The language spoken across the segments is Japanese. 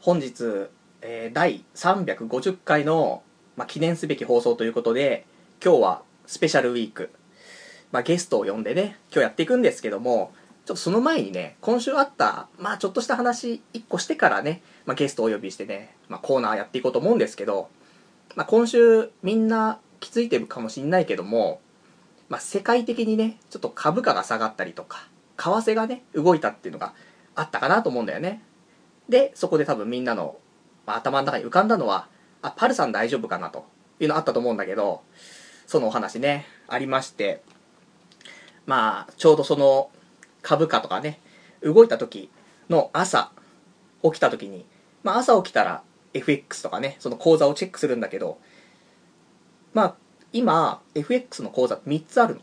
本日、えー、第350回の、まあ、記念すべき放送ということで今日はスペシャルウィーク、まあ、ゲストを呼んでね今日やっていくんですけどもちょっとその前にね今週あった、まあ、ちょっとした話1個してからね、まあ、ゲストをお呼びしてね、まあ、コーナーやっていこうと思うんですけど、まあ、今週みんな気づいてるかもしんないけども、まあ、世界的にねちょっと株価が下がったりとか為替がね動いたっていうのがあったかなと思うんだよね。でそこで多分みんなの、まあ、頭の中に浮かんだのはあパルさん大丈夫かなというのあったと思うんだけどそのお話ねありましてまあちょうどその株価とかね動いた時の朝起きた時に、まあ、朝起きたら FX とかねその口座をチェックするんだけどまあ今 FX の口座3つあるの。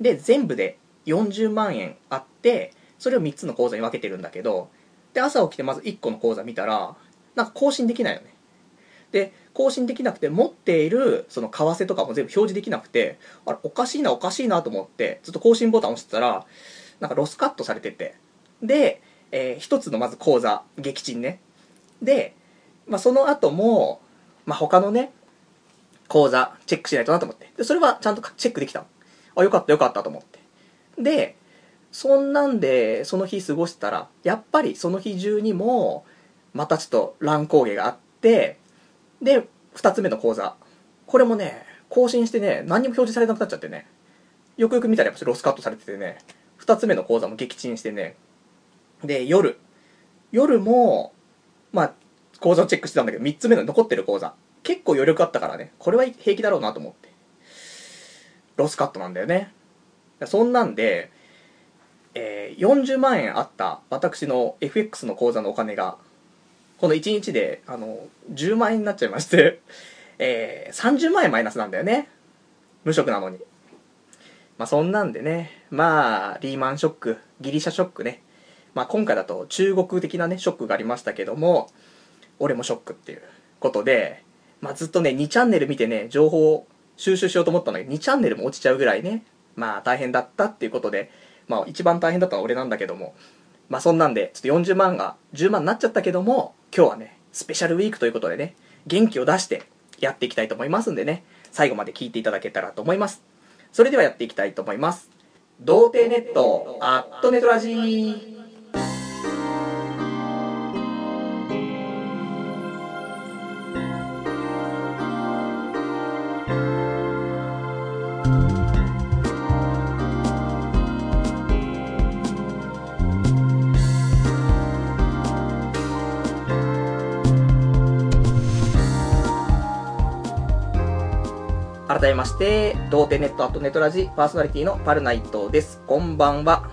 で全部で40万円あってそれを3つの口座に分けてるんだけどで朝起きてまず1個の口座見たらなんか更新できないよねで更新できなくて持っているその為替とかも全部表示できなくてあれおかしいなおかしいなと思ってずっと更新ボタン押してたらなんかロスカットされててで、え1つのまず口座撃沈ねで、まあ、その後も、まあ、他のね口座チェックしないとなと思ってでそれはちゃんとチェックできたのあよかったよかったと思ってでそんなんでその日過ごしてたらやっぱりその日中にもまたちょっと乱高下があってで2つ目の講座これもね更新してね何にも表示されなくなっちゃってねよくよく見たらやっぱロスカットされててね2つ目の講座も撃沈してねで夜夜もまあ講座をチェックしてたんだけど3つ目の残ってる講座結構余力あったからねこれは平気だろうなと思ってロスカットなんだよねそんなんでえー40万円あった私の FX の口座のお金がこの1日であの10万円になっちゃいまして、 えー30万円マイナスなんだよね無職なのにまあそんなんでねまあリーマンショックギリシャショックね、まあ、今回だと中国的なねショックがありましたけども俺もショックっていうことで、まあ、ずっとね2チャンネル見てね情報を収集しようと思ったんだけど2チャンネルも落ちちゃうぐらいねまあ大変だったっていうことでまあ、一番大変だったのは俺なんだけども、まあ、そんなんで、ちょっと40万が10万になっちゃったけども、今日はね、スペシャルウィークということでね、元気を出してやっていきたいと思いますんでね、最後まで聞いていただけたらと思います。それではやっていきたいと思います。童貞ネット、アットネトラジー。改めまして、童貞ネットアットネトラジパーソナリティのパルナイトです。こんばんは。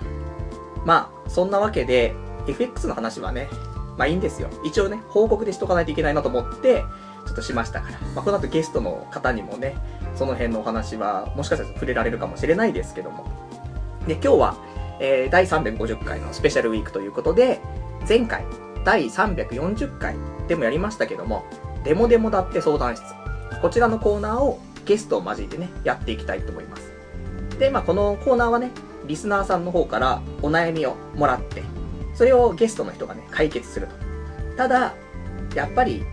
まあ、そんなわけで、FX の話はね、まあいいんですよ。一応ね、報告でしとかないといけないなと思って、ちょっとしましたから。まあ、この後ゲストの方にもね、その辺のお話は、もしかしたら触れられるかもしれないですけども。で、今日は、えー第350回のスペシャルウィークということで、前回、第340回でもやりましたけども、デモデモだって相談室。こちらのコーナーをゲストを交えてね、やっていきたいと思います。で、まあ、このコーナーはね、リスナーさんの方からお悩みをもらって、それをゲストの人がね、解決すると。ただ、やっぱり、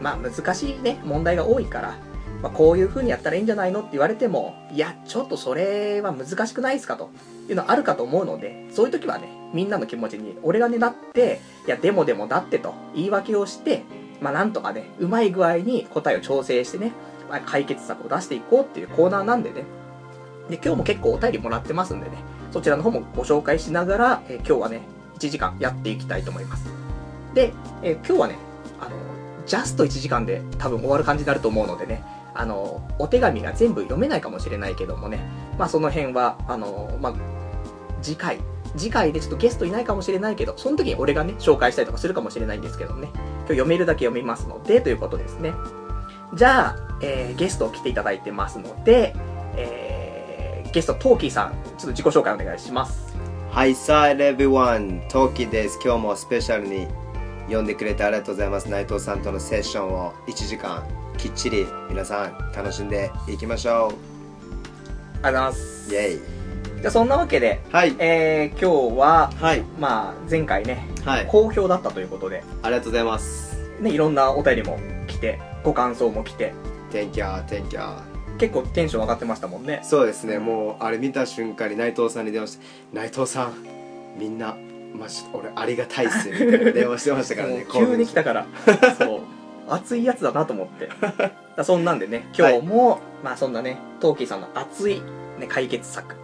まあ、難しいね、問題が多いから、まあ、こういう風にやったらいいんじゃないのって言われても、いや、ちょっとそれは難しくないですかというのあるかと思うので、そういう時はね、みんなの気持ちに俺がね、なって、いや、でもでもだってと言い訳をして、まあ、なんとかね、うまい具合に答えを調整してね、まあ解決策を出していこうっていうコーナーなんでね。で、今日も結構お便りもらってますんでね、そちらの方もご紹介しながら、えー今日はね、1時間やっていきたいと思います。で、えー今日はね、あの、ジャスト1時間で多分終わる感じになると思うのでね、あの、お手紙が全部読めないかもしれないけどもね、まあその辺は、あの、まあ、次回、次回でちょっとゲストいないかもしれないけど、その時に俺がね、紹介したりとかするかもしれないんですけどね、今日読めるだけ読みますので、ということですね。じゃあ、えーゲストを来ていただいてますので、えーゲストトーキーさんちょっと自己紹介お願いしますはい、さあ、everyone、トキです。今日もスペシャルに呼んでくれてありがとうございます。内藤さんとのセッションを1時間きっちり皆さん楽しんでいきましあょりがとうございますう。イェイ。じゃあそんなわけで、はいえー今日は、はいまあ、前回ね、はい好評だったということで、ありがとうございますね、いろんなお便りも来て、ご感想も来て、 Thank you Thank you 結構テンション上がってましたもんね。そうですねもうあれ見た瞬間に内藤さんに電話して「内藤さんみんなまあ、ちょっと俺ありがたいっすよ」みたいな電話してましたからねもう 急に来た から、そう、熱いやつだなと思って。だからそんなんでね、今日も、まあそんなね、トーキーさんの熱い、ね、解決策、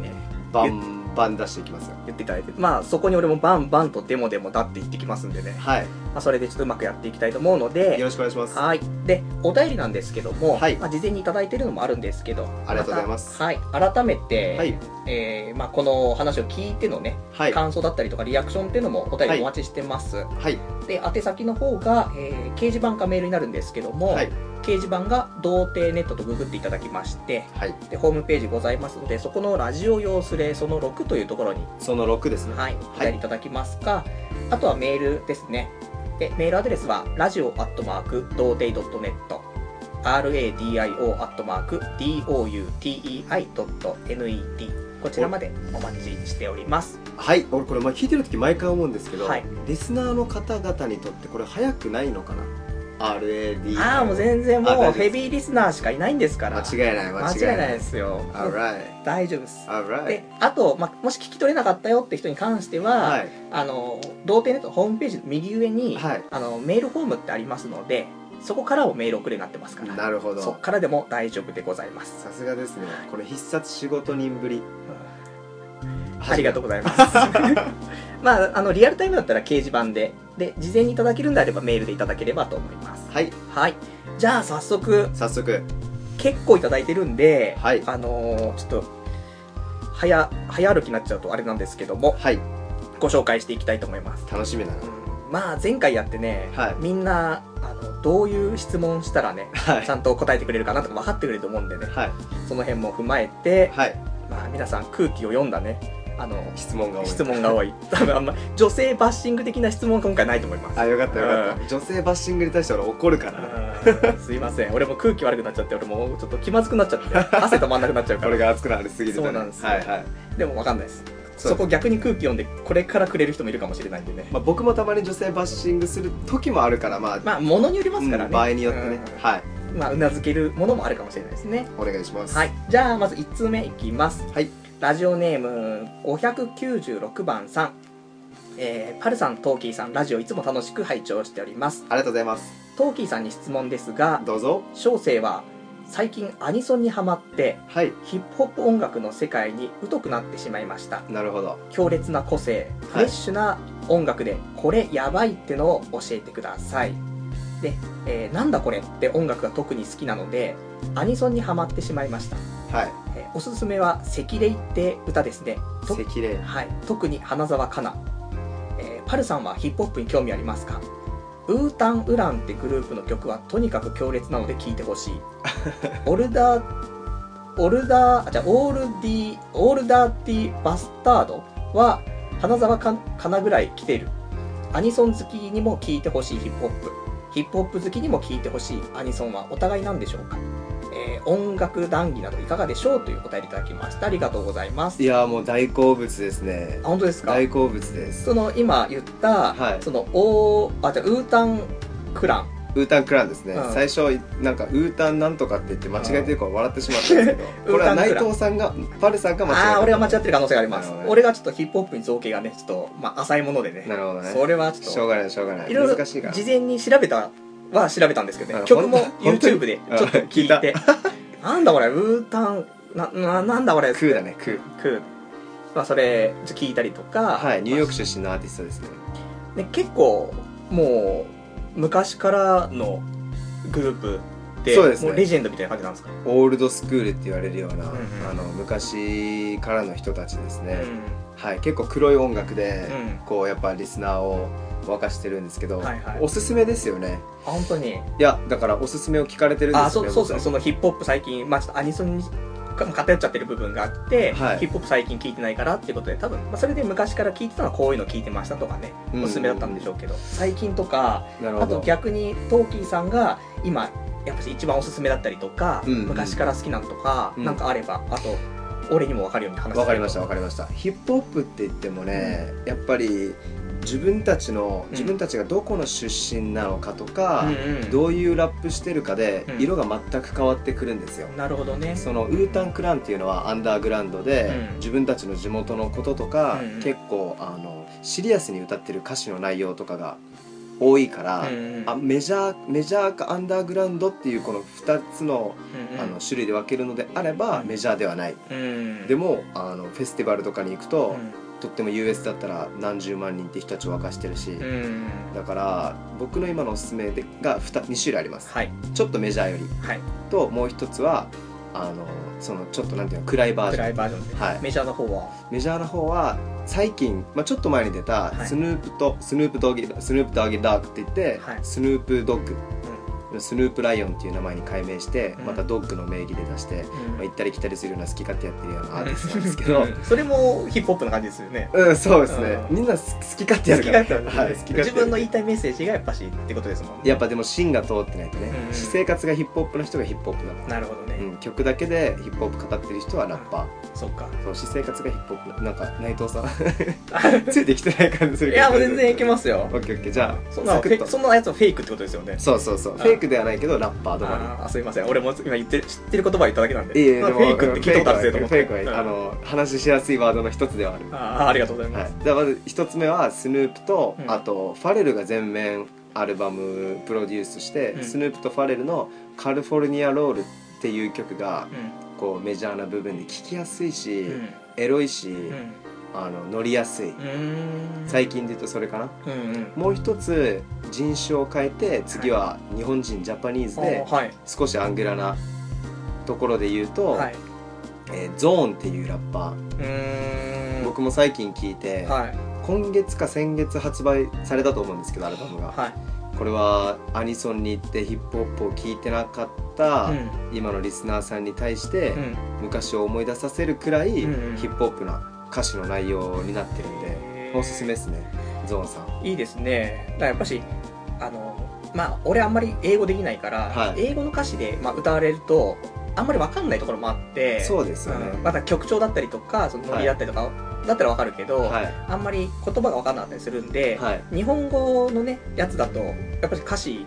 ね、バンバン出していきますよ言っていただいて、まあそこに俺もバンバンとデモデモだって言ってきますんでね、はいまあ、それでちょっとうまくやっていきたいと思うのよで、ろしくお願いしますはい。で、お便りなんですけども、はいまあ、事前にいただいてるのもあるんですけど、あありがとうございますはい。改めて、はいえーまあ、この話を聞いてのね、はい感想だったりとかリアクションっていうのもお便りお待ちしてます。はいで、宛先の方が、えー掲示板かメールになるんですけども、はい掲示板が童貞ネットとググっていただきまして、はいで、ホームページございますので、そこのラジオ用スレその6というところにその6ですねはい、お便りいただきますか、あとはメールですね。で、メールアドレスは、ラジオアットマーク、童貞 .net、radio アットマーク、doutei.net、こちらまでお待ちしております。はい俺これまあ聞いてる時毎回思うんですけど、はいリスナーの方々にとってこれ早くないのかな RAD ああ、もう全然あ大丈も夫うですヘビーリスナーしかいないんですから。間違いない間間違違いいなないいですよ。 Alright 大丈夫です。で Alright あと、まあ、もし聞き取れなかったよって人に関しては、はいあの童貞ネットのホームページの右上に、はいあのメールフォームってありますのでそこからもメール送れになってますからなるほそこどからでも大丈夫でございます、さすがですねこれ必殺仕事人ぶりありがとうございます まああのリアルタイムだったら掲示板でで事前にいただけるんであればメールでいただければと思いますはいはいじゃあ早速早速結構いただいてるんで、はいあのーちょっと早早歩きになっちゃうとあれなんですけどもはいご紹介していきたいと思います楽しみだなうんまあ前回やってね、はいみんなあのどういう質問したらねはちゃんと答えてくれるかなとか分かってくれると思うんでねはいその辺も踏まえて、はいまあ、皆さん空気を読んだねあの質問が多い質問が多い多分あんま女性バッシング的な質問は今回ないと思いますあよかったよかった女性バッシングに対して俺怒るからなうんすいません俺も空気悪くなっちゃって俺もうちょっと気まずくなっちゃ って汗止まんなくなっちゃうかこれらが熱くなりすぎるとねそうなんですよはいはいでも分かんないですそそうこ逆に空気読んでこれからくれる人もいるかもしれないんでねまあ僕もたまに女性バッシングする時もあるからまあまあものによりますからね、うん場合によってねうんはいまあうなずけるものもあるかもしれないですねお願いしますはい、じゃあまず1通目いきます、はいラジオネーム596番さん、えーパルさんトーキーさんラジオいつも楽しく拝聴しておりますありがとうございますトーキーさんに質問ですがどうぞ小生は最近アニソンにハマってはいヒップホップ音楽の世界に疎くなってしまいましたなるほど強烈な個性フレッシュな音楽でこれやばいってのを教えてくださいで、えーなんだこれって音楽が特に好きなのでアニソンにハマってしまいましたはいえーおすすめは「赤霊」って歌ですねと赤霊はい、特に花澤香菜、えーパルさんはヒップホップに興味ありますかウータン・ウランってグループの曲はとにかく強烈なので聴いてほ しいオルダーオルダーあじゃあオールディオールダーティー・バスタードは花澤香香菜ぐらい来てるアニソン好きにも聴いてほしいヒップホップヒップホップ好きにも聴いてほしいアニソンはお互いなんでしょうか、えー音楽談義などいかがでしょうというお答えいただきましたありがとうございますいやーもう大好物ですねあ本当ですか大好物ですその今言った、はいそのおあじゃあウータンクランウータンクランですね、うん最初なんかウータンなんとかって言って間違えてるから笑ってしまったんです けど、うんこれはウータンク内ラン藤さんがパルさんが間違えあたあー俺が間違ってる可能性があります、なるほどね俺がちょっとヒップホップに造形がねちょっと、まあ、浅いものでねなるほどねそれはちしょょうっがないしょうがなといいろいろ難しいから事前に調べたは調べたんですけどうねん曲もほん本当に YouTube でちょっと聞いてなんだこれウータンなななんだこれクーだねクークーまあそれちょっと聞いたりとか、はいニューヨークま出身のアーティストですねあね、結構もう昔からのグループでそうですねもうレジェンドみたいな感じなんですかオールドスクールって言われるような、うんうんあの昔からの人たちですね、うんはい、結構黒い音楽で、うんこうやっぱリスナーを沸かしてるんですけど、はいはいおすすめですよねあ本当にいやだからおすすめを聞かれてるんですよねあそうそうですねそ僕のヒップホップ最近、まあ、ちょっとアニソンに偏っちゃってる部分があって、はいヒップホップ最近聞いてないからっていうことで多分、まあ、それで昔から聞いてたのはこういうの聞いてましたとかねうんおすすめだったんでしょうけど、最近とかなるほあとど逆にトーキーさんが今やっぱ一番おすすめだったりとか、うんうん昔から好きなのとか、うんなんかあればあと俺にも分かるように話してわかりましたわかりましたヒップホップって言ってもね、やっぱり自分たちのん自分たちがどこの出身なのかとか、うんうんどういうラップしてるかでうん色が全く変わってくるんですよ、なるほどねそのウータンクランっていうのはアンダーグラウンドで、うん自分たちの地元のこととか、うんうん結構あのシリアスに歌ってる歌詞の内容とかが多いから、うんうんあメジャーメジャーかアンダーグラウンドっていうこの2つの,、うんうんあの種類で分けるのであれば、うんメジャーではないうんでもあのフェスティバルとかに行くと、うとっても US だったら何十万人って人たちを沸かしてるし、んうんだから僕の今のおすすめでが 2, 2種類ありますはいちょっとメジャーよりはいともう一つはあのそのちょっとなんていうの暗いバージ暗ョいンバージョンではいメジャーの方はメジャーの方は最近、まあ、ちょっと前に出たはいスヌープと、スヌープドギスヌープドギダークって言って、はいスヌープドッグスヌープライオンっていう名前に改名して、うんまたドッグの名義で出して、うんまあ、行ったり来たりするような好き勝手やってるようなアーティストなんですけ どうんそれもヒップホップな感じですよねうん、そうですね。うんみんな好き勝手やるから。好き勝手はい、好き勝手。自分の言いたいメッセージがやっぱしってことですもんねやっぱでも芯が通ってないとね、うん私生活がヒップホップの人がヒップホップだから、なるほどうねん、曲だけでヒップホップ語ってる人はラッパー、そっ かそう私生活がヒップホップななん か内藤さんついてきてない感じすいるやもう全然いけすますよオッケーオッケーじゃあそんなのサフクッェとそんなやつはフェイクってことですよねそうそうそうあフェイクではないけどラッパーとかあーすいません俺も今言ってる知ってる言葉言っただけなんでにええまあでもフェイクって聞いたことあるぜとフ思ってェイクはフェイクはあうんの話しやすいワードの一つではあるあーありがとうございまはすい、じゃあまず一つ目はスヌープと、うんあとファレルが全面アルバムプロデュースして、うんスヌープとファレルの「カリフォルニアロール」っていう曲がうこうメジャーな部分で聴きやすいし、んうんエロいし、うんあの乗りやすい、うーん最近で言うとそれかなうんうんもう一つ人種を変えて次は日本人、ジャパニーズであーはい少しアングラなところで言うと、はいえーゾーンっていうラッパー、うーん僕も最近聴いて、はい今月か先月発売されたと思うんですけどアルバムが、はいこれはアニソンに行ってヒップホップを聴いてなかった、今のリスナーさんに対して、うんうん昔を思い出させるくらい、うんうんヒップホップな歌詞の内容になってるんで、へーおすすめですねゾーンさんいいですねだからやっぱしあのまあ俺あんまり英語できないから、はい英語の歌詞で、まあ、歌われるとあんまり分かんないところもあってそうですよねんまた曲調だったりとかそのノリだったりとか、だったら分かるけど、はあんまり言葉が分かんなかったりするんで、いはい日本語のねやつだとやっぱり歌詞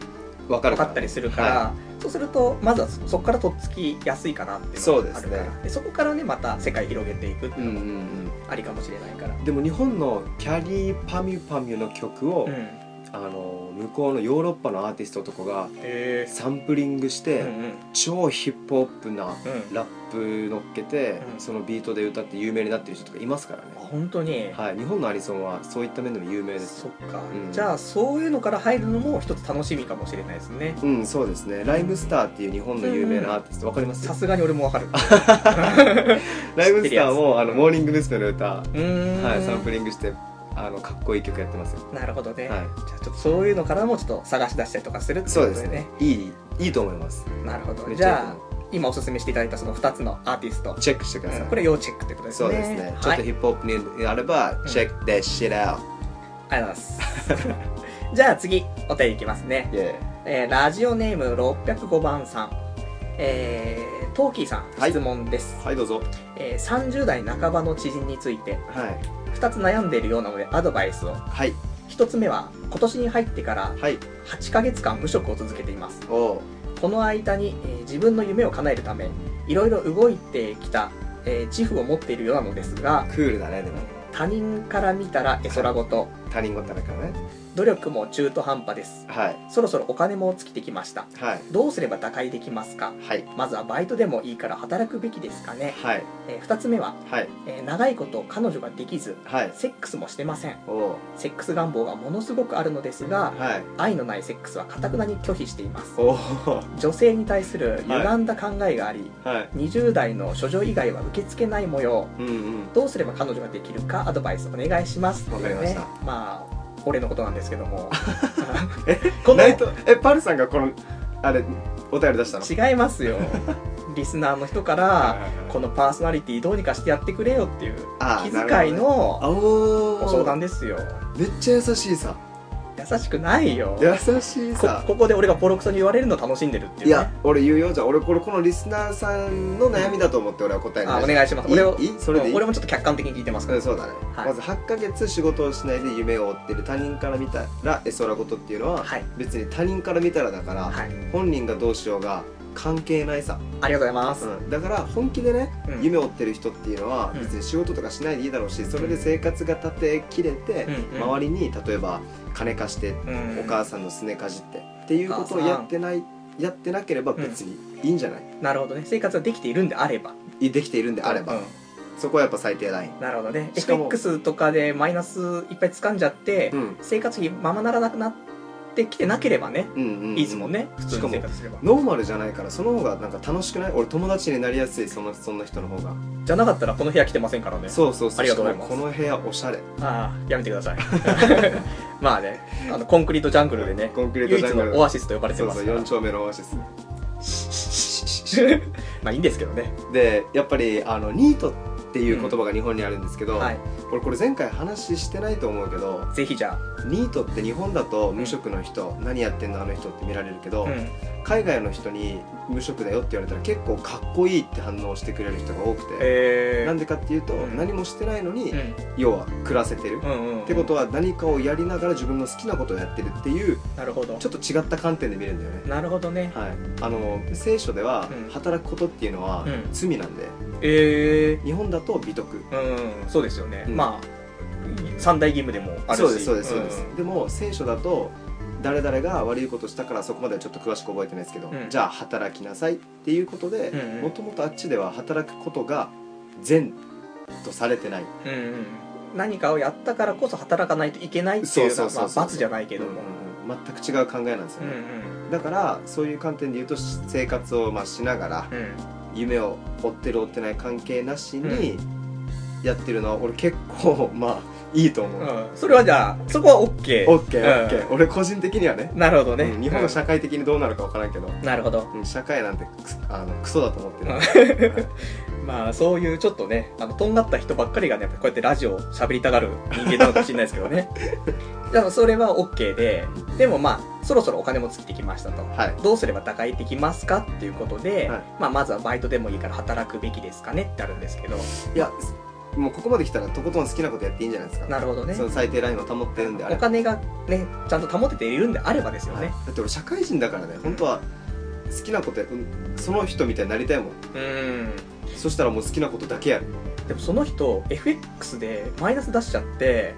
わか分るかったりするから、はそうするとまずはそこからとっつきやすいかなっていうのがそうですねあるからでそこからねまた世界広げていくっていいううんうのもんありかもしれないから、うんでも日本のキャリーパミュパミュの曲を、うんあの向こうのヨーロッパのアーティストとかがへサンプリングしえて、うんうん超ヒップホップなうんラップ乗っけて、うんそのビートで歌って有名になってる人とかいますからねあ、本当に、はい、日本のアニソンはそういった面でも有名ですそっか、うんじゃあそういうのから入るのも一つ楽しみかもしれないですねうんそうですねライムスターっていう日本の有名なアーティストわかりますさすがに俺もわ かるう知ってライムスターもるやつあのモーニング娘。の歌、はーん、い、サンプリングしてあのかっこいい曲やってますよなるほどね、はいじゃあちょっとそういうのからもちょっと探し出したりとかするっていうこそうとでですすねねいいいいと思いますなるほどめっじちゃいいとゃあ思今おすすめしていただいたその2つのアーティストうチェックしてください、うんこれ要チェックってことですねそうですね、ちょはっい、あとりヒップホップにあれば、んチェックでシ i がとうございます じゃあ次お便りいきますね、 t out えーラジオネーム605番さんえー、トーキーさはんい質問です、はいどうぞえー30代半ばの知人についてはい2つ悩んでいるようなのでアドバイスをはい1つ目は今年に入ってからはい8ヶ月間無職を続けていますおおこの間に、えー自分の夢を叶えるためいろいろ動いてきた、えー自負を持っているようなのですがクールだねでも他人から見たら絵空事他人事だからね努力も中途半端ですはいそろそろお金も尽きてきましたはいどうすれば打開できますかはいまずはバイトでもいいから働くべきですかね、はいえ2つ目は、はいえー長いこと彼女ができずはいセックスもしてませんおおセックス願望がものすごくあるのですがはい愛のないセックスはかたくなに拒否していますおおは女性に対する歪んだ考えがあり、い20代の処女以外は受け付けない模様うんうんどうすれば彼女ができるかアドバイスお願いしますわかりましたねまあ俺のことなんですけども ここののえパルさんがこのあれお便り出したの違います よリスナーの人から、このパーソナリティどうにかしてやってくれよっていうあ気遣いのおご相談ですよめっちゃ優しいさい優しくないよ優しいこさここで俺がボロクソに言われるの楽しんでるっていう、ね、いや俺言うよじゃあ俺これこのリスナーさんの悩みだと思って俺は答えあないお願いします俺をいいそれでいいうん俺もちょっと客観的に聞いてますかうら、んそうだね、はいまず8ヶ月仕事をしないで夢を追ってる他人から見たらえそらことっていうのは、はい別に他人から見たらだから、はい本人がどうしようが関係ないさ、ありがとうございます、うんだから本気でね、うん夢を追ってる人っていうのはうん別に仕事とかしないでいいだろうしそれで生活が立てきれて、うんうん周りに例えば金貸して、うんお母さんのすねかじってっていうことをやってないやってなければ別にいいんじゃない、なるほどね生活ができているんであればいできているんであれば、うんそこはやっぱ最低ライン、なるほどねしかも FX とかでマイナスいっぱい掴んじゃって、うん生活費ままならなくなってきてなければね、うんうんうんいいですもんね普通しかに生も活すればノーマルじゃないからその方がなんか楽しくない俺友達になりやすいそのそんな人の方がじゃなかったらこの部屋来てませんからねそうそうそうありがとうございますしかもこの部屋おしゃれああやめてください まあねあのコンクリートジャングルでねコンクリート唯ジ一ャングルのオアシスと呼ばれてそうまそうすから4丁目のオアシス まあいいんですけどねでやっぱりあのニートっていう言葉が日本にあるんですけど、はい俺これ前回話してないと思うけどぜひじゃニートって日本だと無職の人、何やってんのあの人って見られるけあ、ど、うん海外の人に無職だよって言われたら結構かっこいいって反応してくれる人が多くて、えー、なんでかっていうと、うん何もしてないのに、う要は暮らせてる、ん、うんうんうんってことは何かをやりながら自分の好きなことをやってるっていうなるほどちょっと違った観点で見るんだよね、なるほどねはい、あの聖書ではうん働くことっていうのはうん罪なんで、え日本だと美徳ー、うんうんそうですよね、うんまあ三大義務でもあるしそうですそうですそうです、んんでも聖書だと誰々が悪いことしたからそこまではちょっと詳しく覚えてないですけど、うんじゃあ働きなさいっていうことでうんうんもともとあっちでは働くことが善とされてないうんうん、何かをやったからこそ働かないといけないっていうのそうはそまうそうあそう罰じゃないけけどどもも、、全く違う考えなんですようんうね、んだからそういう観点で言うと生活をまあしながらうん、夢を追ってる追ってない関係なしにやってるのは俺結構 まあいいと思う、うんそれはじゃあそこは OK, オッケーオッケうー俺個人的にはねん、なるほどね、うん日本の社会的にどうなるか分からんけど、うんなるほどうん社会なんてクスあのクソだと思って る、うんはいまあそういうちょっとねあのとんがった人ばっかりがねやっぱこうやってラジオを喋りたがる人間なのかもしれないですけどね だからそれは OK ででもまあそろそろお金も尽きてきましたとはいどうすれば打開できますかっていうことで、はいまあ、まずはバイトでもいいから働くべきですかねってあるんですけどいやもうここまで来たらとことん好きなことやっていいんじゃないですかなるほどねその最低ラインを保ってるんであれおば、金がねちゃんと保てているんであればですよはいね、だって俺社会人だからね本当は好きなことやうんその人みたいになりたいもんうんそしたらもう好きなことだけやるでもその人 FX でマイナス出しちゃって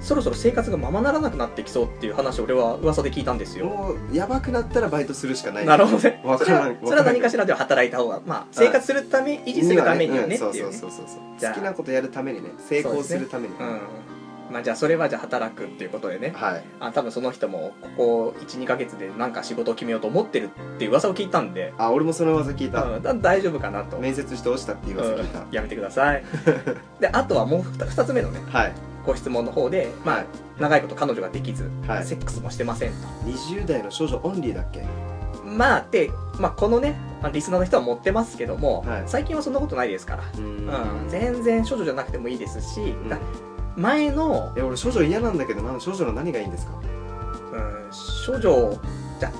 そろそろ生活がままならなくなってきそうっていう話を俺は噂で聞いたんですよもうやばくなったらバイトするしかないなるほどねわそかれらんはわからんそれは何かしらでは働いた方がまあ生活するため維持するためにはねうんっていうねそうそうそうそうじゃ好あきなことやるためにね成功するために、うんまあじゃあそれはじゃあ働くっていうことでねはいあ多分その人もここ12ヶ月でなんか仕事を決めようと思ってるっていう噂を聞いたんで、あ俺もその技聞いた、うん、だ大丈夫かなと、面接して落ちたっていう噂聞いた、うんやめてくだ さいであとはもう 2, つ目のねはいご質問の方で、まはあ、長いこと彼女ができず、はいセックスもしてませんい、20代の少女オンリーだっけとまあで、まあ、このねあのリスナーの人は持ってますけども、はい最近はそんなことないですから、ううんん全然処女じゃなくてもいいですし、んだ前の、え俺少女嫌なんだけどな少女の何がいいんですかうん、処女じゃ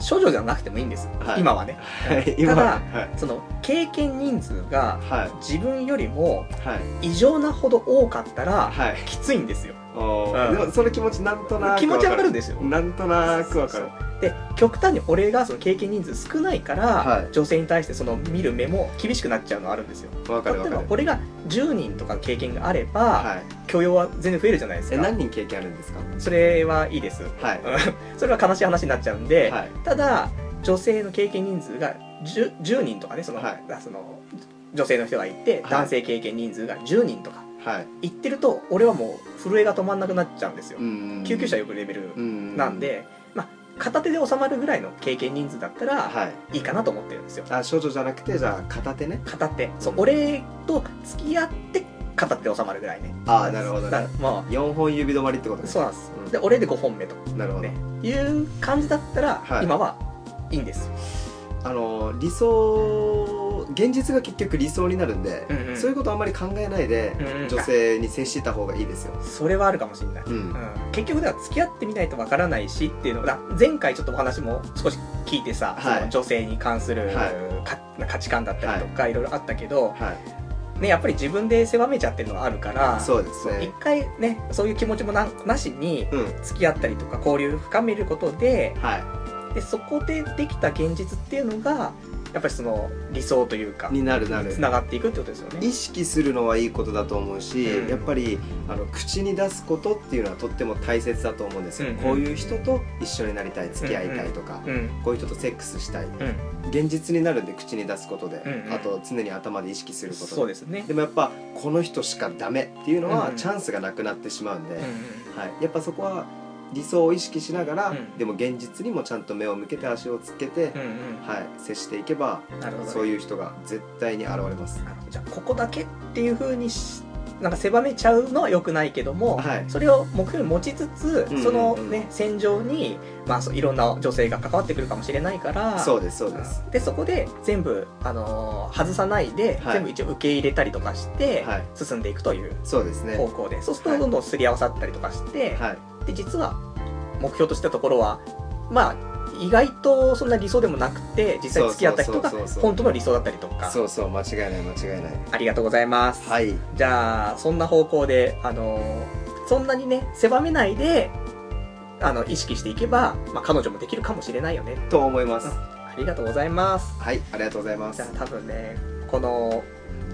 処女じゃなくてもいいんです、はい今はねはいた今だはいその経験人数がはい自分よりもはい異常なほど多かったらはいきついんですよおーうんでもその気持ちなんとなく気持ちわかるんですよなんとなくわかるで極端に俺がその経験人数少ないから、はい女性に対してその見る目も厳しくなっちゃうのはあるんですよわか例るわえかばる俺が10人とか経験があれば、はい許容は全然増えるじゃないですえか何人経験あるんですかそれはいいですはいうんそれは悲しい話になっちゃうんで、はいただ女性の経験人数が 10, 10人とかねその,、はいその女性の人がいてはい男性経験人数が10人とかはい言ってると俺はもう震えが止まんなくなっちゃうんですよ、うん救急車呼ぶレベルうんなんで、まあ、片手で収まるぐらいの経験人数だったらはいいいかなと思ってるんですよあ少女じゃなくてじゃあ片手ね片手そう、うん俺と付き合って片手で収まるぐらいねあーなるほどねだからま4本指止まりってことあねそうなんです、うんで俺で5本目となるほどねいう感じだったら、はい今はいいんですあの理想現実が結局理想になるんで、うんうんそういうことあんまり考えないで、うんうん女性に接してた方がいいですよ、それはあるかもしれない、うんうん結局では付き合ってみないとわからないしっていうのが前回ちょっとお話も少し聞いてさ、はいその女性に関する、はか価値観だったりとかいろいろあったけど、はいね、やっぱり自分で狭めちゃってるのはあるからそうです一ね回ねそういう気持ちもななしにうん付き合ったりとか交流を深めることではでそこでできた現実っていうのがやっぱりその理想というかいになるなるつながっていくってことですよね。意識するのはいいことだと思うし、うんやっぱりあの口に出すことっていうのはとっても大切だと思うんですよ、うんうんこういう人と一緒になりたい付き合いたいとか、うんこういう人とセックスしたいうん現実になるんで口に出すことで、うんうんあと常に頭で意識することそうですね。でもやっぱこの人しかダメっていうのうんはうんチャンスがなくなってしまうんうで、んうんはい、やっぱそこは理想を意識しながら、うんでも現実にもちゃんと目を向けて足をつけて、うんはい、接していけばうんなるほどね、そういう人が絶対に現れます。あのじゃあここだけっていうふうにしなんか狭めちゃうのは良くないけども、はいそれを目標に持ちつつ、うんうんその、ね、戦場に、まあ、そういろんな女性が関わってくるかもしれないからそううですそうです、んでそこで全部、あのー外さないで、はい全部一応受け入れたりとかして、はい進んでいくというそうですね。方向でそうするはといどんどんすり合わさったりとかして、はい、で実は目標としたところはまあ意外とそんな理想でもなくて実際付き合った人がそうそうそうそう本当の理想だったりとかそうそう間違いない間違いない。ありがとうございます。はいじゃあそんな方向であのーそんなにね狭めないであの意識していけば、まあ、彼女もできるかもしれないよねと思います。うんありがとうございますはいありがとうございまじすゃあ。多分ねこの、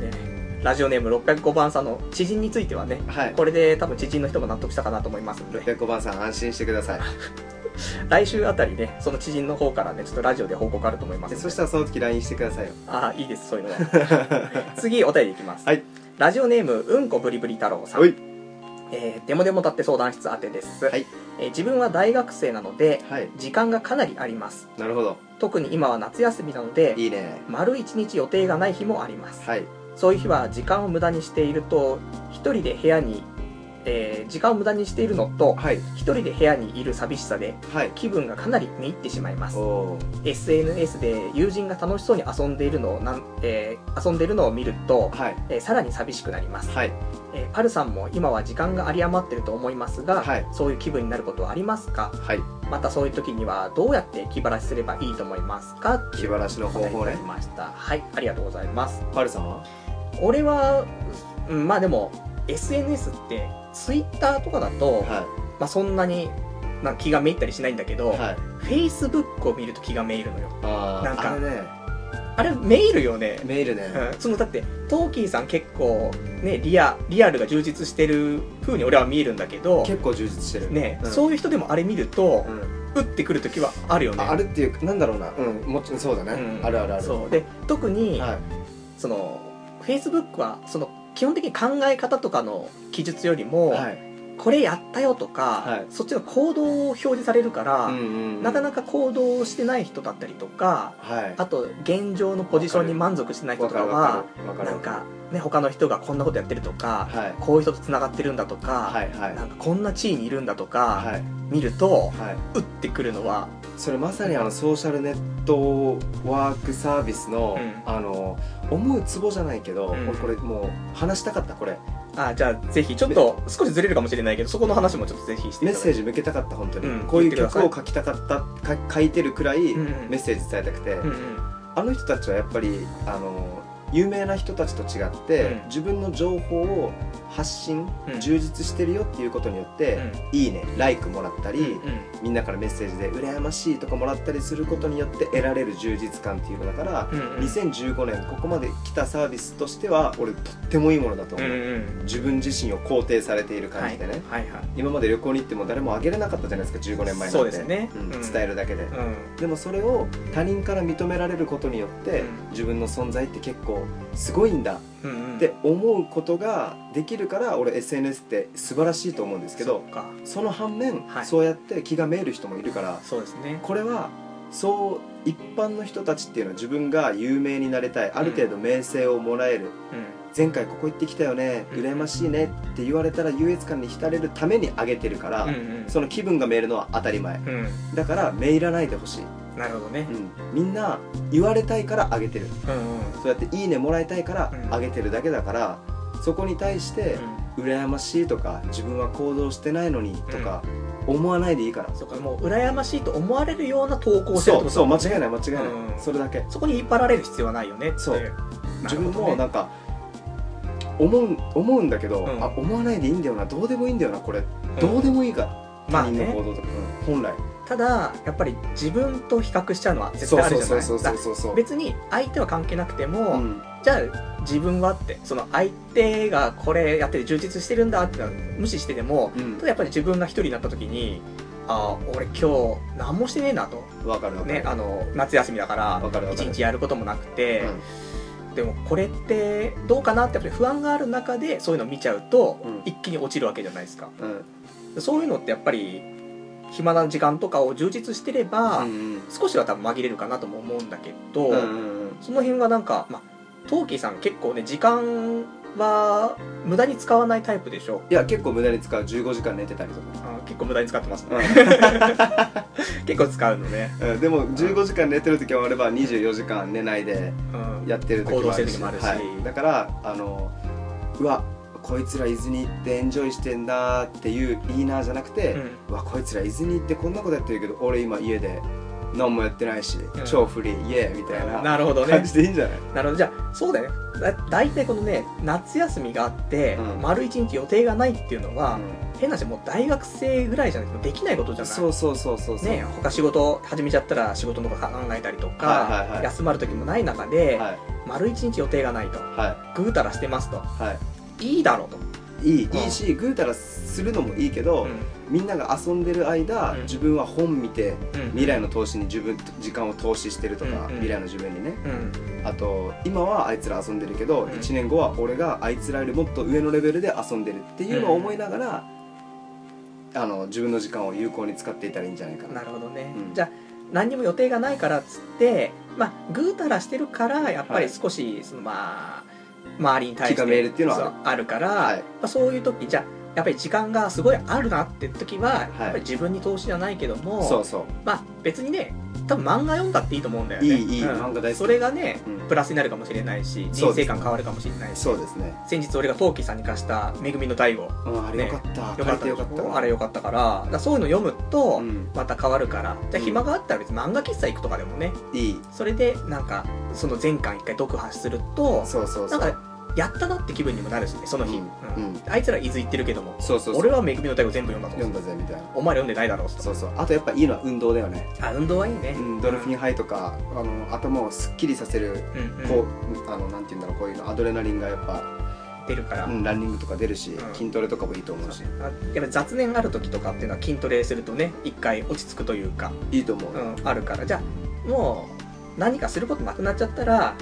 ねラジオネーム605番さんの知人についてはねはい。これで多分知人の人も納得したかなと思いますので605番さん安心してください。来週あたりねその知人の方からねちょっとラジオで報告あると思いますでのでそしたらその時 LINE してくださいよ。ああいいですそういうのは 次お便りいきます、はいラジオネームうんこぶりぶり太郎さん、はいえー、デモデモだって相談室宛てです、はいえー自分は大学生なのではい時間がかなりありますなるほど特に今は夏休みなのでいいね。丸一日予定がない日もありますはいそういう日は時間を無駄にしていると一人で部屋に、えー時間を無駄にしているのとはい一人で部屋にいる寂しさではい。気分がかなり見入ってしまいますおお SNS で友人が楽しそうに遊んでいるのをなん、えー遊んでいるのを見ると、ーはいえーさらに寂しくなります、はいえーパルさんも今は時間が有り余ってると思いますが、はいそういう気分になることはありますかはいまたそういう時にはどうやって気晴らしすればいいと思いますか気晴らしの方法あねり。ましたはいありがとうございますパルさんは俺は、うんまあでも SNS って Twitter とかだと、はまあ、そんなになんか気がめいったりしないんだけど、いはい。 Facebook を見ると気がめいるのよあーなんかあれねあれメールよねメールね。 うんそのだってトーキーさん結構ねリアリアルが充実してる風に俺は見えるんだけど結構充実してる。ね、うんそういう人でもあれ見るとう、ん打ってくる時はあるよねああるっていうかなんだろうな。うんもちろんそうだねう。んあるあるある。そうで特に、はいそのフェイスブックはその基本的に考え方とかの記述よりも、はい。これやったよとか、はいそっちの行動を表示されるから、うんうんうんなかなか行動をしてない人だったりとかはい。あと現状のポジションに満足してない人わとかかるはわかるわかる。なんか、ね、他の人がこんなことやってるとか、はいこういう人とつながってるんだとか、はいはいなんかこんな地位にいるんだとか、はい見ると、は打い。ってくるのは、それまさにあのソーシャルネットワークサービスの、うんあの思うツボじゃないけど、うん俺これもう話したかったこれあじゃあぜひちょっと少しずれるかもしれないけどそこの話もちょっとぜひしていメたッだいてセージ向けたかった本当に、うんこうい言ってうくださ曲いを書きたかったか書いてるくらいうんうんメッセージ伝えたくて、うんうんあの人たちはやっぱりあの有名な人たちと違って、うん自分の情報を発信、うん充実してるよっていうことによって、いいねライクもらったり、うんうんみんなからメッセージで羨ましいとかもらったりすることによって得られる充実感っていうのだから、うんうん2015年ここまで来たサービスとしては俺とってもいいものだと思う、うん自分自身を肯定されている感じでね、はいはい今まで旅行に行っても誰もあげれなかったじゃないですか15年前なんてそうですねうんうん伝えるだけで、はいでもそれを他人から認められることによって、うん自分の存在って結構すごいんだうんうんうんって思うことができるから俺 SNS って素晴らしいと思うんですけどそっかその反面、はいそうやって気がめいる人もいるからそうですねこれはそう一般の人たちっていうのは自分が有名になりたいある程度名声をもらえる、うん前回ここ行ってきたよねうん羨ましいねって言われたら優越感に浸れるためにあげてるから、うんうんその気分がメールのは当たり前うんだからメーらないでほしいなるほどねうん、みんな言われたいから上げてるうんうんそうやって「いいね」もらいたいから上げてるだけだから、そこに対して「羨ましい」とか「自分は行動してないのに」とか思わないでいいから、そうかもう羨ましいと思われるような投稿をしてるってそうことそう間違いいない間違いない、うんそれだけそこに引っ張られる必要はないよねってそうなるほどね自分もなんか思う思うんだけど、うんあ思わないでいいんだよなどうでもいいんだよなこれ、どうでもいいからまあ他人の行ね動とか、うん本来ただやっぱり自分と比較しちゃうのは絶そう対あるそうじゃなそういそうだそうそうそう別に相手は関係なくても、うんじゃあ自分はってその相手がこれやってて充実してるんだってのは無視してても、うんただやっぱり自分が一人になった時にあー俺今日何もしてねえなと、わかるわかる、ね、あの夏休みだからわかるわか一る日やることもなくて、うんでもこれってどうかなってやっぱり不安がある中でそういうのを見ちゃうと、うん一気に落ちるわけじゃないですかうんそういうのってやっぱり暇な時間とかを充実してれば、うん少しは多分紛れるかなとも思うんだけど、うんうんうんその辺がなんか、まあ、トーキーさん結構ね時間は無駄に使わないタイプでしょいや結構無駄に使う15時間寝てたりとか、あ結構無駄に使ってますね結構使うのね、うん、でも15時間寝てる時もあれば24時間寝ないでうん、やってる時もあ行るし動してる時もあるしはい、だからあのうわこいつら伊豆に行ってエンジョイしてんだっていういいなじゃなくて、うんうわこいつら伊豆に行ってこんなことやってるけど俺今家で何もやってないし、ん超フリーイエーみたいななるほどね感じでいいんじゃない、なるほどじゃあそうだよねだ大体このね夏休みがあって、うん丸一日予定がないっていうのは、変な話もう大学生ぐらいじゃないとできないことじゃうん、ないそうそうそうそうそう、ね、他仕事始めちゃったら仕事のこと考えたりとか、はいはいはい休まる時もない中で、はい丸一日予定がないとはぐうたらしてますといはいいいだろうと、いいいうんいしぐうたらするのもいいけど、みんなが遊んでる間、うん自分は本見てうん未来の投資に自分時間を投資してるとか、うんうん未来の自分にねうんあと今はあいつら遊んでるけど、うん1年後は俺があいつらよりもっと上のレベルで遊んでるっていうのを思いながら、あの自分の時間を有効に使っていたらいいんじゃないかななるほどね、うんじゃあ何にも予定がないからっつってまあぐうたらしてるからやっぱはいり少しその、まあ周りに対して気が滅入るっていうのはあるそうあるから、はいまあ、そういう時じゃあやっぱり時間がすごいあるなって時は、いやっぱり自分に投資じゃないけどもそうそうまあ別にね多分漫画読んだっていいと思うんだよねいいいいうん漫画大好きそれがね、うんプラスになるかもしれないしそ人うで生す観変わるかもしれないしそうですね、先日俺がトーキーさんに貸した「めぐみの大悟うん、あれよかった、」よかっ借りたてよかったあれよかったからだからそういうの読むと、うん、また変わるからじゃあうん暇があったら別に漫画喫茶行くとかでもねいいそれでなんかその前巻一回読破するとそうそうそなうんかやったなって気分にもなるしねその日、うんうんうんあいつら伊豆行ってるけどもそうそうそう俺は「めぐみの大悟」全部読んだと読んだぜみたいなお前ら読んでないだろうとそうそうあとやっぱいいのは運動だよね、あ運動はいいね、うん、ドルフィンハイとかあの頭をすっきりさせるうんうんこうあのなんて言うんだろうこういうのアドレナリンがやっぱ、出るから、うん、ランニングとか出るし、うん筋トレとかもいいと思うしあやっぱり雑念ある時とかっていうのは筋トレするとね一回落ち着くというか、いいと思う、うん、あるからじゃあもう何かすることなくなっちゃったら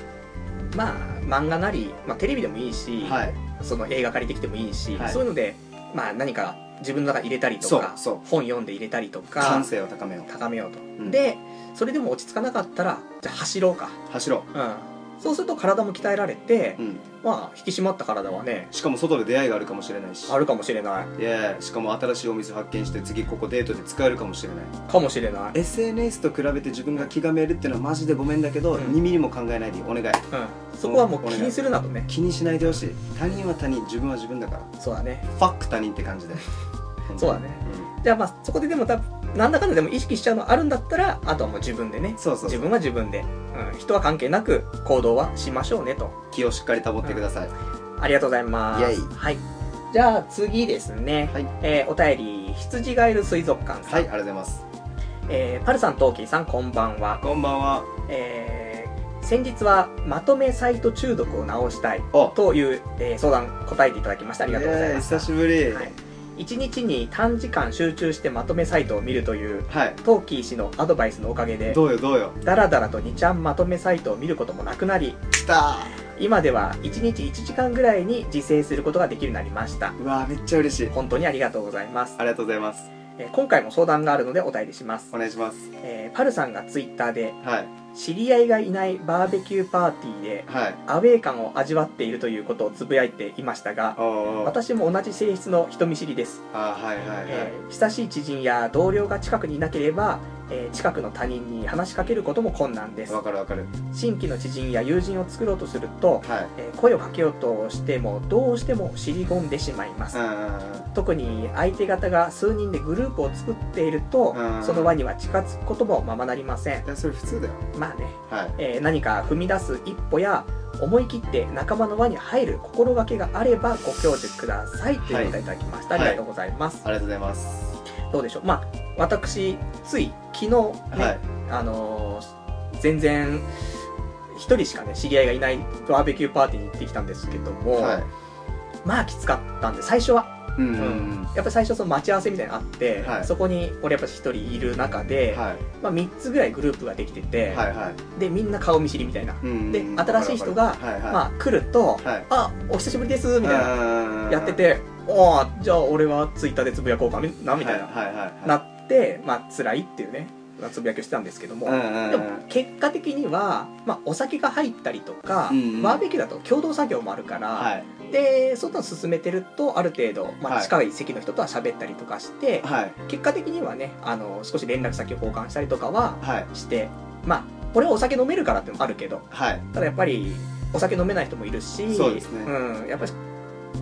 まあ漫画なり、まあ、テレビでもいいし、はいその映画借りてきてもいいし、はいそういうので、まあ、何か自分の中に入れたりとかそうそう本読んで入れたりとか感性を高めよう高めようと、んでそれでも落ち着かなかったらじゃあ走ろうか、走ろうん、そうすると体も鍛えられて、う、うん、まあ引き締まった体はねしかも外で出会いがあるかもしれないしあるかもしれないいやしかも新しいお店発見して次ここデートで使えるかもしれないかもしれない、 SNS と比べて自分が気がめるってのはマジでごめんだけど、うん2ミリも考えないでいいお願いうん、そこはもう気にするなとね気にしないでほしい他人は他人自分は自分だからフそうだねァック他人って感じで そうだねじゃあまあそこででも多分なんだかんだでも意識しちゃうのあるんだったらあとはもう自分でねそうそうそう自分は自分で、うん、人は関係なく行動はしましょうねと気をしっかり保ってください、ありがとうございますイェイはい、じゃあ次ですね、はいえーお便り羊がいる水族館さはん、いありがとうございますえーパルさんトーキーさんこんばんは、こんばんはえー先日はまとめサイト中毒を直したいおという、えー相談答えていただきましたありがとうございまえーす久しぶりはい1日に短時間集中してまとめサイトを見るというはい、トーキー氏のアドバイスのおかげでどうよどうよだらだらと2ちゃんまとめサイトを見ることもなくなりきた今では1日1時間ぐらいに自制することができるようになりましたうわーめっちゃ嬉しい本当にありがとうございますあ、りがとうございますえー今回も相談があるのでお便りしますお、願いしますえーパルさんがツイッターではい知り合いがいないバーベキューパーティーではいアウェー感を味わっているということをつぶやいていましたがおうおう私も同じ性質の人見知りですあーはいはいはい、えー親しい知人や同僚が近くにいなければ、えー近くの他人に話しかけることも困難ですわかるわかる新規の知人や友人を作ろうとすると、はいえー声をかけようとしてもどうしても尻込んでしまいますうん特に相手方が数人でグループを作っているとうんその輪には近づくこともままなりませんいやそれ普通だよまあね、はいえー何か踏み出す一歩や思い切って仲間の輪に入る心がけがあればご教授くださいということをいただきました、はいありがとうございます、ありがとうございますどうでしょうまあ私つい昨日ね、はいあのー全然一人しかね知り合いがいないバーベキューパーティーに行ってきたんですけども、はいまあきつかったんで最初はうんうんうんやっぱり最初その待ち合わせみたいなのあって、はいそこに俺やっぱ一人いる中で、はまあ、3つぐらいグループができてて、いはいはいでみんな顔見知りみたいな、うんで新しい人がわかるわかるはいまあ来るとはいはい「あお久しぶりです」みたいななやってて「おあじゃあ俺はツイッターでつぶやこうかな」みたいな、はいはいはいはいなってまあ辛いっていうねまあつぶやきをしてたんですけども、うんでうもん結果的には、まあ、お酒が入ったりとか、うんうんバーベキューだと共同作業もあるから、はいでそういうのを進めてるとある程度、まはあ、い近い席の人とは喋ったりとかして、はい結果的にはねあの少し連絡先を交換したりとかははいしてまあ俺はお酒飲めるからっていうのもあるけどはいただやっぱりお酒飲めない人もいるしそうですねうん、やっぱり、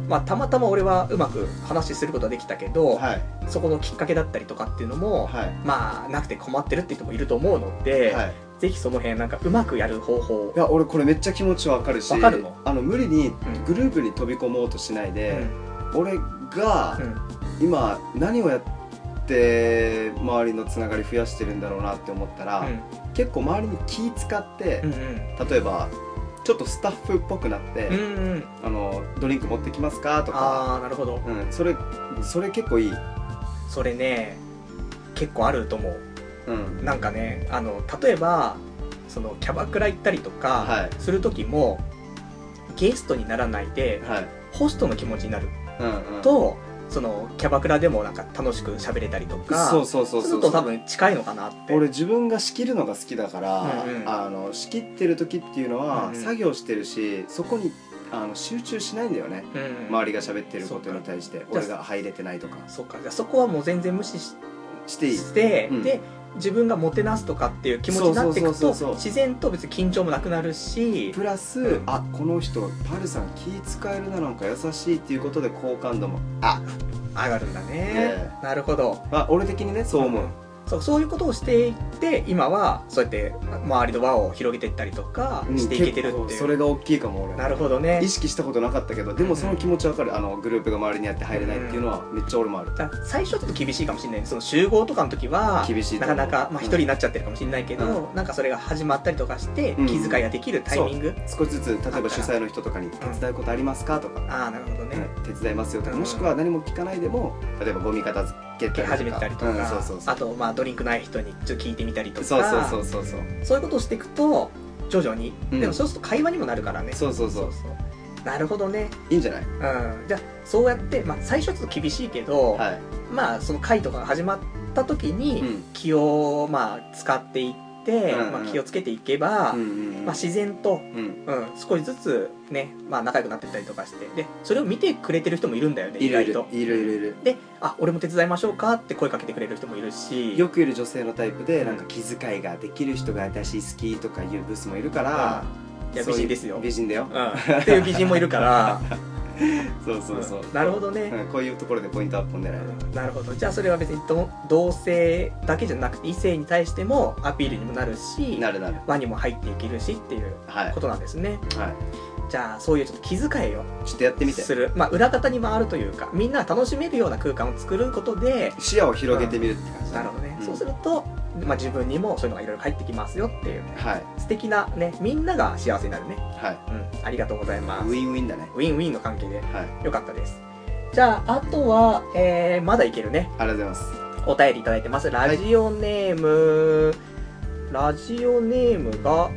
まあ、たまたま俺はうまく話しすることはできたけど、はいそこのきっかけだったりとかっていうのも、はいまあなくて困ってるって人もいると思うので、はいぜひその辺なんかうまくやる方法をいや俺これめっちゃ気持ちわかるしわかるのあの無理にんグループに飛び込もうとしないで、俺がうんうん今何をやって周りのつながり増やしてるんだろうなって思ったら、結構周りに気使ってう、んうん例えばちょっとスタッフっぽくなって、うんうんうんあのドリンク持ってきますかとか、ああなるほどうん、それそれ結構いい、それね結構あると思ううん、なんかねあの例えばそのキャバクラ行ったりとかはいする時も、ゲストにならないではい、ホストの気持ちになるうんうん、と、そのキャバクラでもなんか楽しく喋れたりとかそうそうそうすそるうと多分近いのかなって俺自分が仕切るのが好きだから、うんうんあの仕切ってる時っていうのは、うんうん作業してるしそこにあの集中しないんだよね、うん周りが喋ってることに対してか俺が入れてないとかそうかじゃあそこはもう全然無視ししていいして、うんで自分がもてなすとかっていう気持ちになっていくそうそうそとうそう自然と別に緊張もなくなるしプラス、うんあこの人パルさん気使えるななんか優しいっていうことで好感度もあ上がるんだね、えなるほどあ俺的にねそう思う、そうそういうことをしていって今はそうやって周りの輪を広げていったりとかうんしていけてるって結い、構そうれが大きいかも俺なるほどね意識したことなかったけどでもその気持ちわかるあのグループが周りにあって入れないっていうのはめっちゃ俺もある、だから最初はちょっと厳しいかもしれないその集合とかの時は厳しいとな思かうなかまあ、一人になっちゃってるかもしれないけど、なんかそれが始まったりとかして、うん気遣いができるタイミング少しずつ例えば主催の人とかに「手伝うことありますか?」とかああなるほどね、うん手伝いますよとかうんもしくは何も聞かないでも例えばゴミ片付けたりとか始めたりとか、うんそうそうそうあとまあドリンクない人にちょっと聞いてみたりとかそうそうそうそうそうそういうことをしていくと徐々に、うんでもそうすると会話にもなるからねそうそうそうそうなるほどね、いいんじゃないうん、じゃあそうやって、まあ、最初はちょっと厳しいけど、はいまあその会とかが始まった時に、うん気をまあ使っていって、うんうんまあ、気をつけていけば、うんうんうんまあ、自然と、うんうん、少しずつね、まあ、仲良くなってったりとかしてでそれを見てくれてる人もいるんだよねい意る外いるといるいるいるで「あ俺も手伝いましょうか」って声かけてくれる人もいるしよくいる女性のタイプうでんなんか気遣いができる人が私好きとかいうブスもいるからいやそう美う人ですよ美人だようん、っていう美人もいるから そうそうそうなるほどね、うんこういうところでポイントアップを狙えるなるほどじゃあそれは別にど同性だけじゃなくて異性に対してもアピールにもなるしなるなる輪にも入っていけるしっていうはいことなんですねはいじゃあそういうちょっと気遣いをちょっとやってみてする、まあ、裏方に回るというかみんなが楽しめるような空間を作ることで視野を広げてみるって感じなだるほどね、んそうすると、まあ、自分にもそういうのがいろいろ入ってきますよっていうはい素敵なねみんなが幸せになるね、はうん、ありがとうございまいすウィンウィンだねウィンウィンの関係ではいよかったですじゃああとは、えーまだいけるねありがとうございますお便りいただいてますラジオネーム、ラジオネームが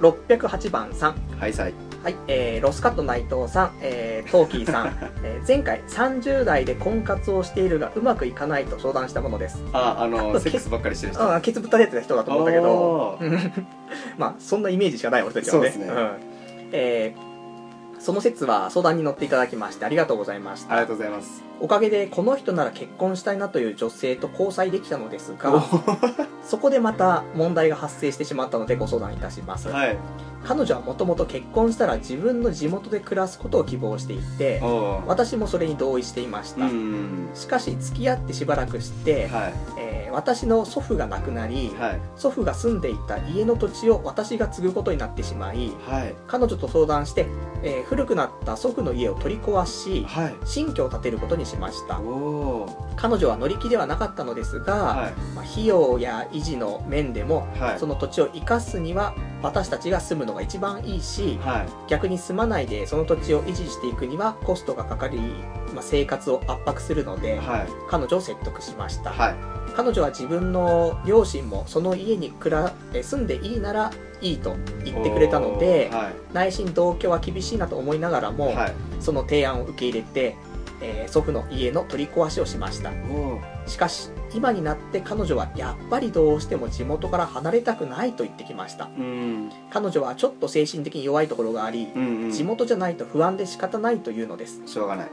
608番さんはいさいはい、えーロスカット内藤さん、えートーキーさ ん、えー前回30代で婚活をしているがうまくいかないと相談したものですあああ のセックスばっかりしてる人ああケツぶったれてた人だと思ったけどおー うんまあそんなイメージしかない俺たちはねそうですねんえーその説は相談に乗っていただきましてありがとうございましありがたとうございますおかげでこの人なら結婚したいなという女性と交際できたのですおがそこでまた問題が発生してしまったのでご相談いたします、はい彼女はもともと結婚したら自分の地元で暮らすことを希望していておお私もそれに同意していました、うんしかし付き合ってしばらくして、はいえー私の祖父が亡くなり、はい祖父が住んでいた家の土地を私が継ぐことになってしまいはい彼女と相談して、えー古くなった祖父の家を取り壊しはい新居を建てることにしましたおお彼女は乗り気ではなかったのですが、はいまあ費用や維持の面でもはいその土地を生かすには私たちが住むのが一番いいしはい逆に住まないでその土地を維持していくにはコストがかかり、まあ生活を圧迫するのではい彼女を説得しました、はい彼女は自分の両親もその家に暮らえ住んでいいならいいと言ってくれたのでおーはい内心同居は厳しいなと思いながらも、はいその提案を受け入れて、えー祖父の家の取り壊しをしましたおしかし今になって彼女はやっぱりどうしても地元から離れたくないと言ってきましたーうん彼女はちょっと精神的に弱いところがありうんうん地元じゃないと不安で仕方ないというのですしょうがない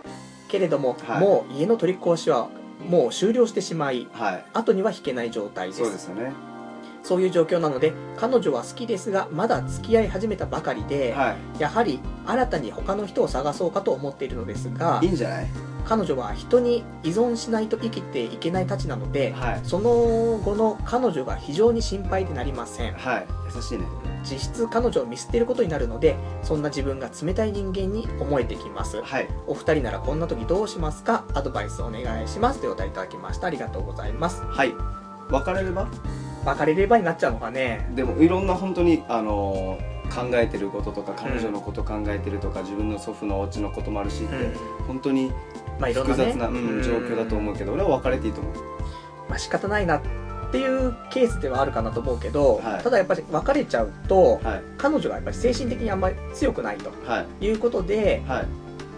けれども、はいもう家の取り壊しはもう終了してしまいはい後には引けない状態ですそうですよねそういう状況なので彼女は好きですがまだ付き合い始めたばかりで、はやはり新たに他の人を探そうかと思っているのですがいいいんじゃない彼女は人に依存しないと生きていけないたちなのではいその後の彼女が非常に心配でなりませんはい優しいね実質彼女を見捨てることになるのでそんな自分が冷たい人間に思えてきますはいお二人ならこんな時どうしますかアドバイスお願いしますというお答えいただきましたありがとうございますはい別れれば別れればになっちゃうのかねでもいろんな本当にあの考えてることとか彼女のこと考えてるとか、自分の祖父のお家のこともあるしって、うん本当にまあいろん複な、ね、雑な、うん、状況だと思うけど俺は別れていいと思うまあ、仕方ないなっていうケースではあるかなと思うけど、はいただやっぱり別れちゃうとはい彼女がやっぱり精神的にあんまり強くないとはいいうことで、はい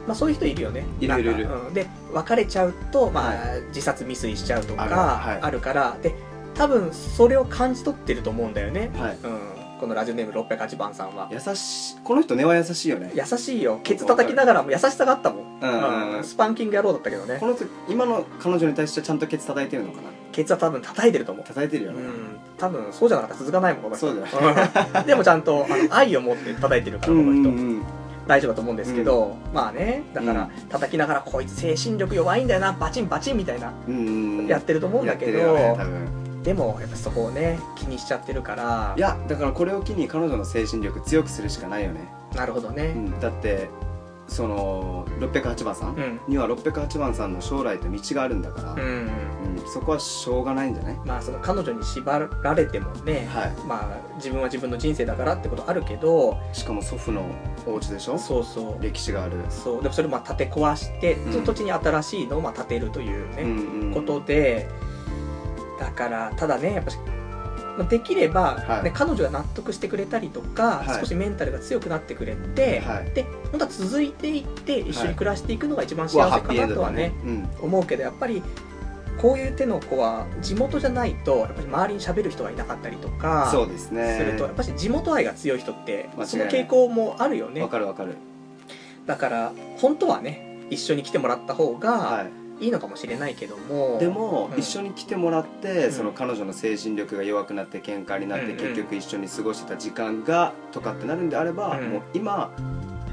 まあ、そういう人いるよねいるなんかいるいるうんで別れちゃうと、まあ自殺未遂しちゃうとあるかあるはいあるから、で多分それを感じ取ってると思うんだよね、はいうん、このラジオネーム608番さんは優しいこの人根は優しいよね優しいよケツ叩きながらも優しさがあったもん、うんうんうんスパンキング野郎だったけどねこの人今の彼女に対してはちゃんとケツ叩いてるのかなケツは多分叩いてると思う叩いてるようね、ん多分そうじゃなかったら続かないもんこの人そうだうんでもちゃんとあの愛を持って叩いてるかうらこんうのんう人、ん大丈夫だと思うんですけど、まあねだから、うん叩きながらこいつ精神力弱いんだよなバチンバチンみたいなうんうんうんやってると思うんだけど、やってるよね多分でもやっぱそこをね気にしちゃってるからいやだからこれを機に彼女の精神力強くするしかないよね、なるほどうねん、だってその608番さん、うん、には608番さんの将来と道があるんだから、うんうんそこはしょうがないんじゃないまあその彼女に縛られてもね、はまあ自分は自分の人生だからってことあるけどいしかも祖父のお家でしょそうそう歴史がある、そうでもそれをまあ立て壊して、うんその土地に新しいのをまあ建てるというね、うんうんことでだからただねやっぱしまあできれば、はいね、彼女が納得してくれたりとか、はい少しメンタルが強くなってくれて、はいで本当は続いていって一緒に暮らしていくのが一番幸はハせッかピーエンなドとはだねねうん思うけどやっぱりこういう手の子は地元じゃないとやっぱり周りに喋る人がいなかったりとかそうですねするとやっぱり地元愛が強い人って間違いないその傾向もあるよねわかるわかるだから本当はね一緒に来てもらった方がはいいのかもしれないけども、でも、うん一緒に来てもらって、うんその彼女の精神力が弱くなって喧嘩になって、うんうん結局一緒に過ごしてた時間がとかってなるんであれば、うんもう今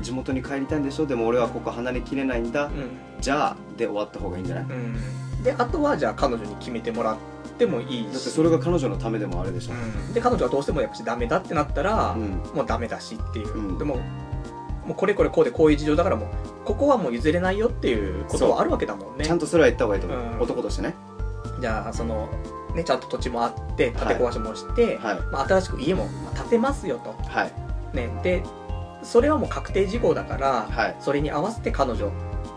地元に帰りたいんでしょでも俺はここ離れきれないんだ、うんじゃあで終わった方がいいんじゃない、だうん、であとはじゃあ彼女に決めてもらってもいいしってそれが彼女のためでもあるでしょ、うん、で彼女がどうしてもやっぱしダメだってなったら、うんもうダメだしっていう、うんでももうこれこれこうでこういう事情だからもうここはもう譲れないよっていうことはあるわけだもんねちゃんとそれは言った方がいいと思う、うん男としてねじゃあそのねちゃんと土地もあって建て壊しもして、はいまあ、新しく家もまあ建てますよとはいねでそれはもう確定事項だから、はいそれに合わせて彼女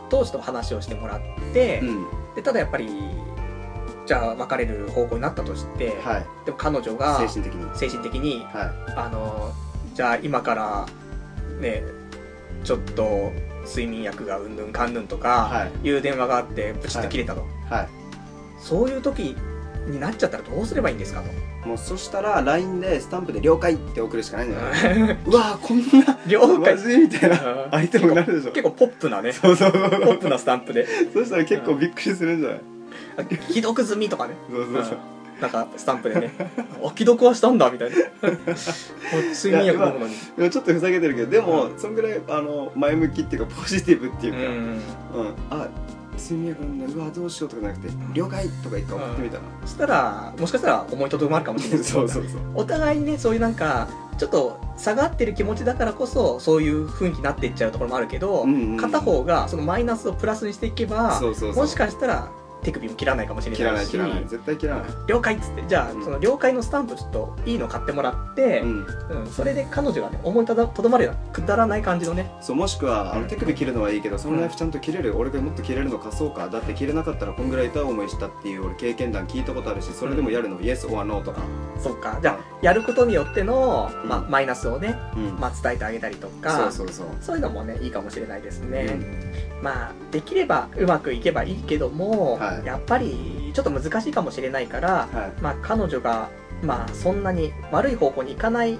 とちょっと話をしてもらって、うんでただやっぱりじゃあ別れる方向になったとして、はいでも彼女が精神的に精神的にはあのじゃあ今からねちょっと睡眠薬がうんぬんかんぬんといかはいいう電話があってブチッと切れたと、はいそういう時になっちゃったらどうすればいいんですかともうそしたら LINE でスタンプで「了解」って送るしかないんだよ、うわーこんな 了解まずいみたいなうん相手もなるでしょ結構ポップなねそうそうそうポップなスタンプ でそしたら結構びっくりするんじゃないあ既読済みとかねそうそうそううんなんかスタンプでね「あ既読はしたんだ」みたいなもう睡眠薬飲むのにでもちょっとふざけてるけどでもそんぐらいあの前向きっていうかポジティブっていううか、んうん、あ睡眠薬飲んだうわどうしようとかじゃなくて「了解」とか一回送ってみたら、そしたらもしかしたら思いとどまるかもしれないですけ そどうそうそうお互いにねそういうなんかちょっと下がってる気持ちだからこそそういう雰囲気になっていっちゃうところもあるけど、うんうんうん片方がそのマイナスをプラスにしていけばそうそうそうもしかしたら手首も切らないかもしれ切らなないいし切らない絶対切らない、了解っつってじゃあ、うんその了解のスタンプちょっといいの買ってもらって、ううんん、それで彼女がね思いとどとどまるようなくだらない感じのねそうもしくはあうのん手首切るのはいいけどそのナイフちゃんと切れる、俺がもっと切れるの貸そうかだって切れなかったらこんぐらい痛い思いしたっていう俺経験談聞いたことあるしそれでもやるの、イエスオアノーとか、そっかじゃあやることによっての、うんまあ、マイナスをね、うんまあ、伝えてあげたりとかそうそうそう、そういうのもねいいかもしれないですね。うんまあできればうまくいけばいいけども、はいやっぱりちょっと難しいかもしれないから、はいまあ彼女がまあそんなに悪い方向に行かない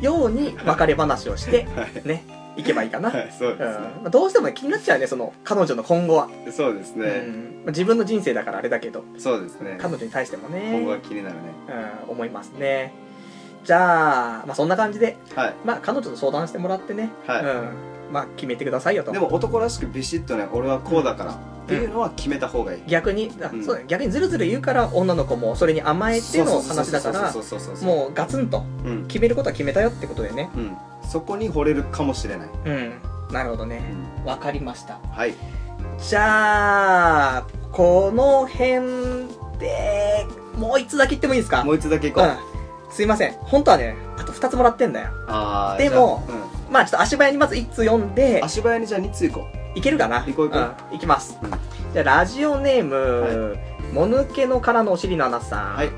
よう に別れ話をしてはいね行けばいいかな、はいそううんですまあ、どうしてもね気になっちゃうねその彼女の今後は、ねそうですうね、んまあ自分の人生だからあれだけどそうですね彼女に対してもね、今後が気になるねうん、思いますねじゃあ,、まあそんな感じで、はいまあ、彼女と相談してもらってね、はい、うんまあ、決めてくださいよとでも男らしくビシッとね俺はこうだから、っていうのは決めた方がいい、逆に、あうんそうだ逆にずるずる言うから女の子もそれに甘えての話だからそうそうそうそうそうもうガツンとう、うん決めることは決めたよってことでねうん、そこに惚れるかもしれない、うんなるほどねうわかりましたん、はいじゃあこの辺でもう一つだけ言ってもいいですかもう一つだけいこう、あうん、すいません本当はねあと2つもらってんだよあーでもじゃあまあちょっと足早にまず1通読んでうん、足早にじゃあ2ついこいけるかな行こう行こううん、行きます、うんじゃあラジオネーム、もぬけの殻のお尻の穴さんはい、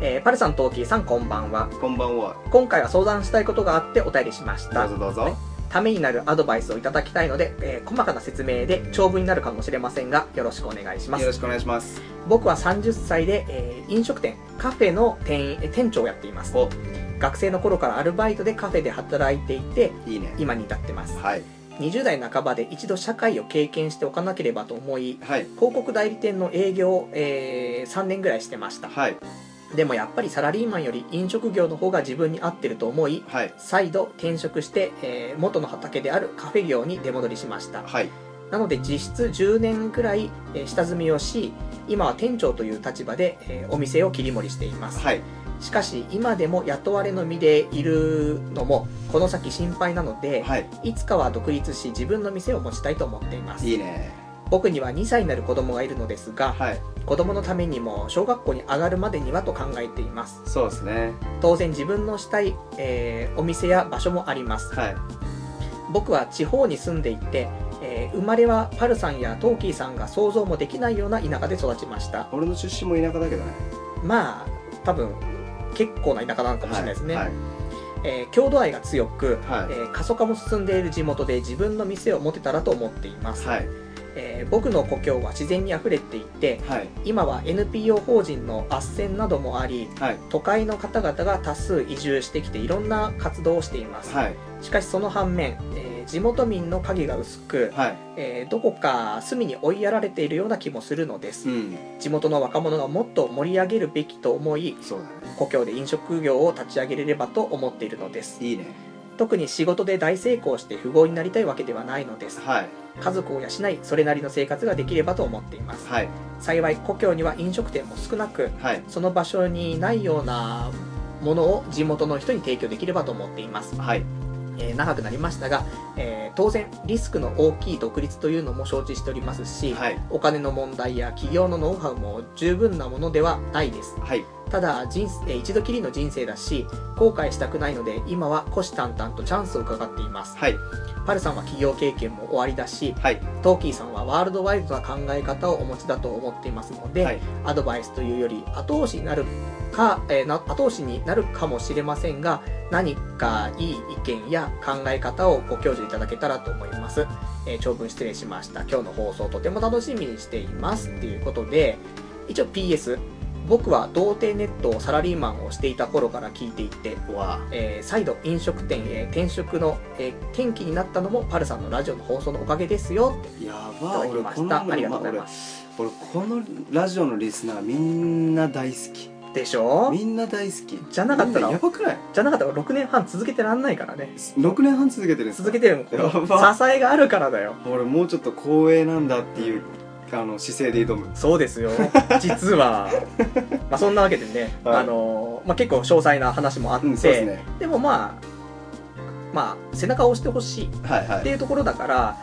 えーパルさんトーキーさんこんばんはうこんばんは今回は相談したいことがあってお便りしましどたうぞどうぞ、ためになるアドバイスをいただきたいので、えー細かな説明で長文になるかもしれませんがよろしくお願いしまよろすしくお願いします僕は30歳で、えー飲食店カフェの店員えー店長をやっていますお学生の頃からアルバイトでカフェで働いていていいね今に至ってますはい20代半ばで一度社会を経験しておかなければと思いはい広告代理店の営業を、え3年ぐらいしてましたはいでもやっぱりサラリーマンより飲食業の方が自分に合ってると思いはい再度転職して、えー元の畑であるカフェ業に出戻りしましたはいなので実質10年くらい、えー下積みをし今は店長という立場で、えーお店を切り盛りしています、はいしかし今でも雇われの身でいるのもこの先心配なので、はいいつかは独立し自分の店を持ちたいと思っていますいいね僕には2歳になる子供がいるのですが、はい子供のためにも小学校に上がるまでにはと考えていますそうですね当然自分のしたい、えーお店や場所もありますはい僕は地方に住んでいて、えー生まれはパルさんやトーキーさんが想像もできないような田舎で育ちました俺の出身も田舎だけどねまあ多分結構な田舎なのかもしれないですね、はいえー郷土愛が強く、はいえー過疎化も進んでいる地元で自分の店を持てたらと思っています、はいえー僕の故郷は自然にあふれていてはい今は NPO 法人の斡旋などもありはい都会の方々が多数移住してきていろんな活動をしています、はいしかしその反面、えー地元民の影が薄く、はいえーどこか隅に追いやられているような気もするのですうん地元の若者がもっと盛り上げるべきと思いそうだね故郷で飲食業を立ち上げれればと思っているのですいいね特に仕事で大成功して富豪になりたいわけではないのですはい家族を養いそれなりの生活ができればと思っていますはい幸い故郷には飲食店も少なくはいその場所にないようなものを地元の人に提供できればと思っています、はいえー長くなりましたが、えー当然リスクの大きい独立というのも承知しておりますし、はいお金の問題や企業のノウハウも十分なものではないですはいただ人生えー一度きりの人生だし後悔したくないので今は虎視眈々とチャンスを伺っていますはいパルさんは企業経験も終わりだしはいトーキーさんはワールドワイドな考え方をお持ちだと思っていますので、はいアドバイスというより後押しになるか、えーな後押しになるかもしれませんが何かいい意見や考え方をご教授いただけたらと思います、えー長文失礼しました今日の放送とても楽しみにしていますっていうことで一応 PS 僕は童貞ネットをサラリーマンをしていた頃から聞いていて、わえー再度飲食店へ転職の、えー転機になったのもパルさんのラジオの放送のおかげですよってやいたばだき俺まこしたのありがとうございます俺このラジオのリスナーみんな大好きでしょみんな大好きじゃなかったらみんやばくないじゃなかったら6年半続けてらんないからね6年半続けてるんですか続けてるのこのやば支えがあるからだよ俺もうちょっと光栄なんだっていうあの姿勢で挑むそうです よ実はまあそんなわけでね、はいあのまあ、結構詳細な話もあって、うんそうですねでもまあまあ背中を押してほしいっはいはていいうところだから、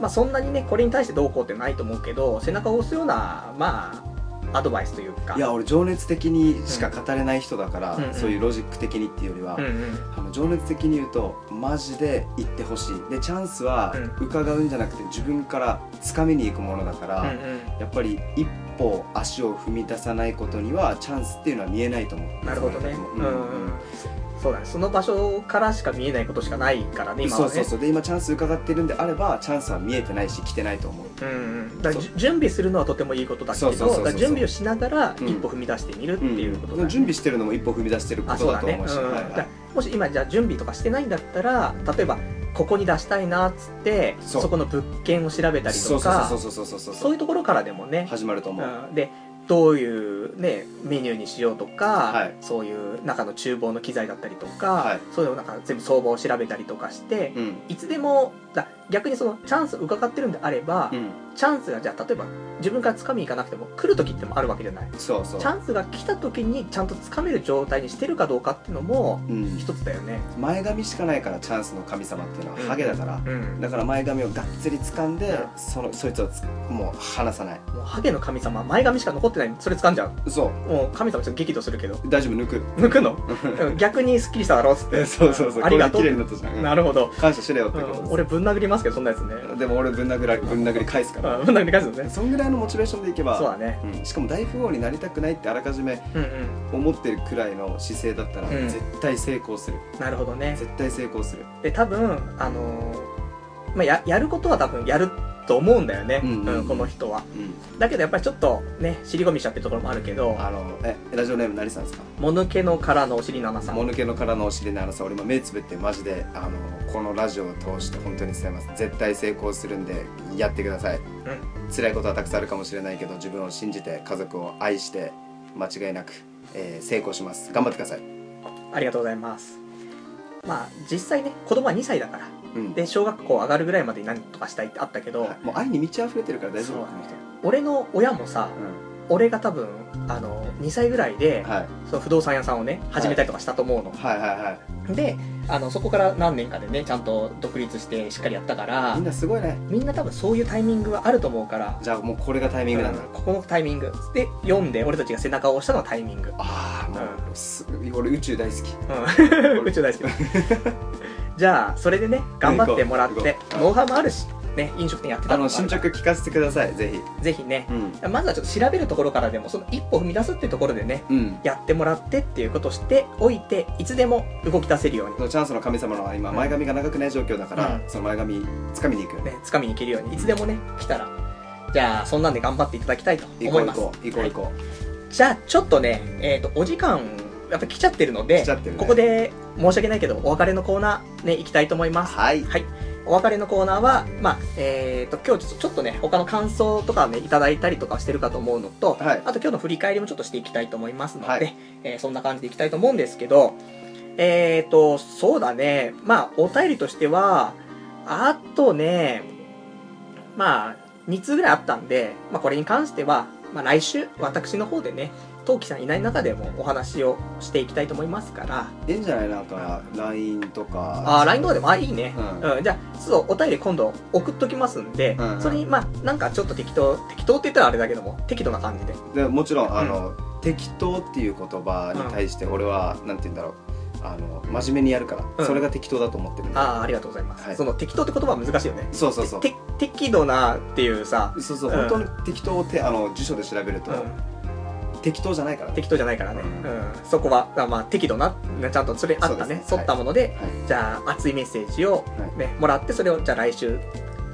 まあ、そんなにねこれに対してどうこうってないと思うけど背中を押すようなまあアドバイスというかいや俺情熱的にしか語れない人だから、うんそういうロジック的にっていうよりは、うんうんあの情熱的に言うとマジで行ってほしいでチャンスはう伺うんじゃなくて自分から掴みに行くものだから、うんうんやっぱり一歩足を踏み出さないことにはチャンスっていうのは見えないと思うなるほどねううんん、うんそうだねその場所からしか見えないことしかないからね今はそうねそうそうで今チャンス伺ってるんであればチャンスは見えてないし来てないと思ううんうん、だからじゅ準備するのはとてもいいことだけどそうそうそうそうだから準備をしながらうん一歩踏み出してみるってうんいうことだ、ね準備してるのも一歩踏み出してるこあとそうだだとね、思うんうしはいはいだからもし今じゃあ準備とかしてないんだったら例えばここに出したいなっつってそそうこの物件を調べたりそとうそうかそうそうそうそうそうそういうところからでもね、始まると思う、うん、でどういう、ね、メニューにしようとか、はいそういう中の厨房の機材だったりとか、はいそういうのをなんか全部相場を調べたりとかして、うんいつでもだ逆にそのチャンスを伺ってるんであれば、うんチャンスがじゃあ例えば自分から掴みに行かなくても来る時ってもあるわけじゃないそうそうチャンスが来た時にちゃんと掴める状態にしてるかどうかっていうのもうん一つだよね前髪しかないからチャンスの神様っていうのはうんハゲだから、うんだから前髪をがっつり掴んで、うんそのそいつをつもう離さないもうハゲの神様前髪しか残ってないそれ掴んじゃうそもう神様ちょっと激怒するけどう大丈夫抜く抜くの うん逆にスッキリしただろっつってそうそうそうありがとこれう綺麗になったじゃん、なるほど、感謝しれよってうことんです、俺ぶん殴りますけどそんなやつねでも俺ぶん殴らぶん殴り返すうんから、ぶん殴り返すのねそんぐらいのモチベーションでいけばそうだねうんしかも大富豪になりたくないってあらかじめうんう思ってるくらいの姿勢だったら、うん絶対成功するんなるほどね絶対成功する、で多分あのーまあ、ややることは多分やると思うんだよね、うんうんうんこの人はうん、だけどやっぱりちょっとね尻込みしちゃってるところもあるけどあのえラジオネーム何さんですかもぬけの殻のお尻の穴さんもぬけの殻のお尻のあのさ俺今目つぶってマジであのこのラジオを通して本当に伝えます絶対成功するんでやってください、辛いことはたくさんあるかもしれないけど自分を信じて家族を愛して間違いなく、えー成功します頑張ってください、ありがとうございますまあ実際ね子供は2歳だからうんで小学校上がるぐらいまでに何とかしたいってあったけど、はいもう愛に満ち溢れてるから大丈夫そうこの人俺の親もさ俺が多分あの2歳ぐらいで、うんはいその不動産屋さんをね始めたりとかしたと思うの、はいはいはいであのそこから何年かでねちゃんと独立してしっかりやったからみんなすごいねみんな多分そういうタイミングはあると思うからじゃあもうこれがタイミングなんだ、うんここのタイミングで読んで俺たちが背中を押したのはタイミング、ああもう、す俺宇宙大好きうん、 宇宙大好きじゃあそれでね頑張ってもらっ行こてう行こうノウハウもあるし、ね、飲食店やってた あのものある進か捗聞かせてくださいぜひらぜひねうんまずはちょっと調べるところからでもその一歩踏み出すってところでねうんやってもらってっていうことをしておいていつでも動き出せるようにそのチャンスの神様の今うん前髪が長くない状況だから、うんその前髪掴みに行くよねね掴みに行けるようにいつでもね来たらじゃあそんなんで頑張っていただきたいと行こ思いう行ますこう行こう行こじゃあちょっとね、えー、とお時間やっぱ来ちゃってるので来ちゃってるねここで申し訳ないけどお別れのコーナーね行きたいと思いまうすはいお別れのコーナーはまあえー、と今日ちょっとちょっとね他の感想とかねいただいたりとかしてるかと思うのと、はいあと今日の振り返りもちょっとしていきたいと思いますので、はいえーそんな感じでいきたいと思うんですけどえー、とそうだねまあお便りとしてはあとねまあ2通ぐらいあったんで、まあ、これに関しては、まあ、来週私の方でね陶器さんいない中でもお話をしていきたいと思いますからいいんじゃないなんか LINE とかあー LINE の方でもあいいね、うんうん、じゃあちょっとお便り今度送っときますんで、うんうんそれにまあなんかちょっと適当適当って言ったらあれだけども適度な感じででもちろんあの、適当っていう言葉に対して俺は、なんて言うんだろうあの真面目にやるから、うんそれが適当だと思ってるんでああありがとうございます、はいその適当って言葉は難しいよねそうそうそうて適度なっていうさ、そうそう、うん本当に適当ってあの辞書で調べると、うん適当じゃないからね適当じゃないからね、ううんんそこはあまあ適度なちゃんとそれあったねそうですね沿ったもので、はいじゃあ熱いメッセージを、ねもらってそれをじゃあ来週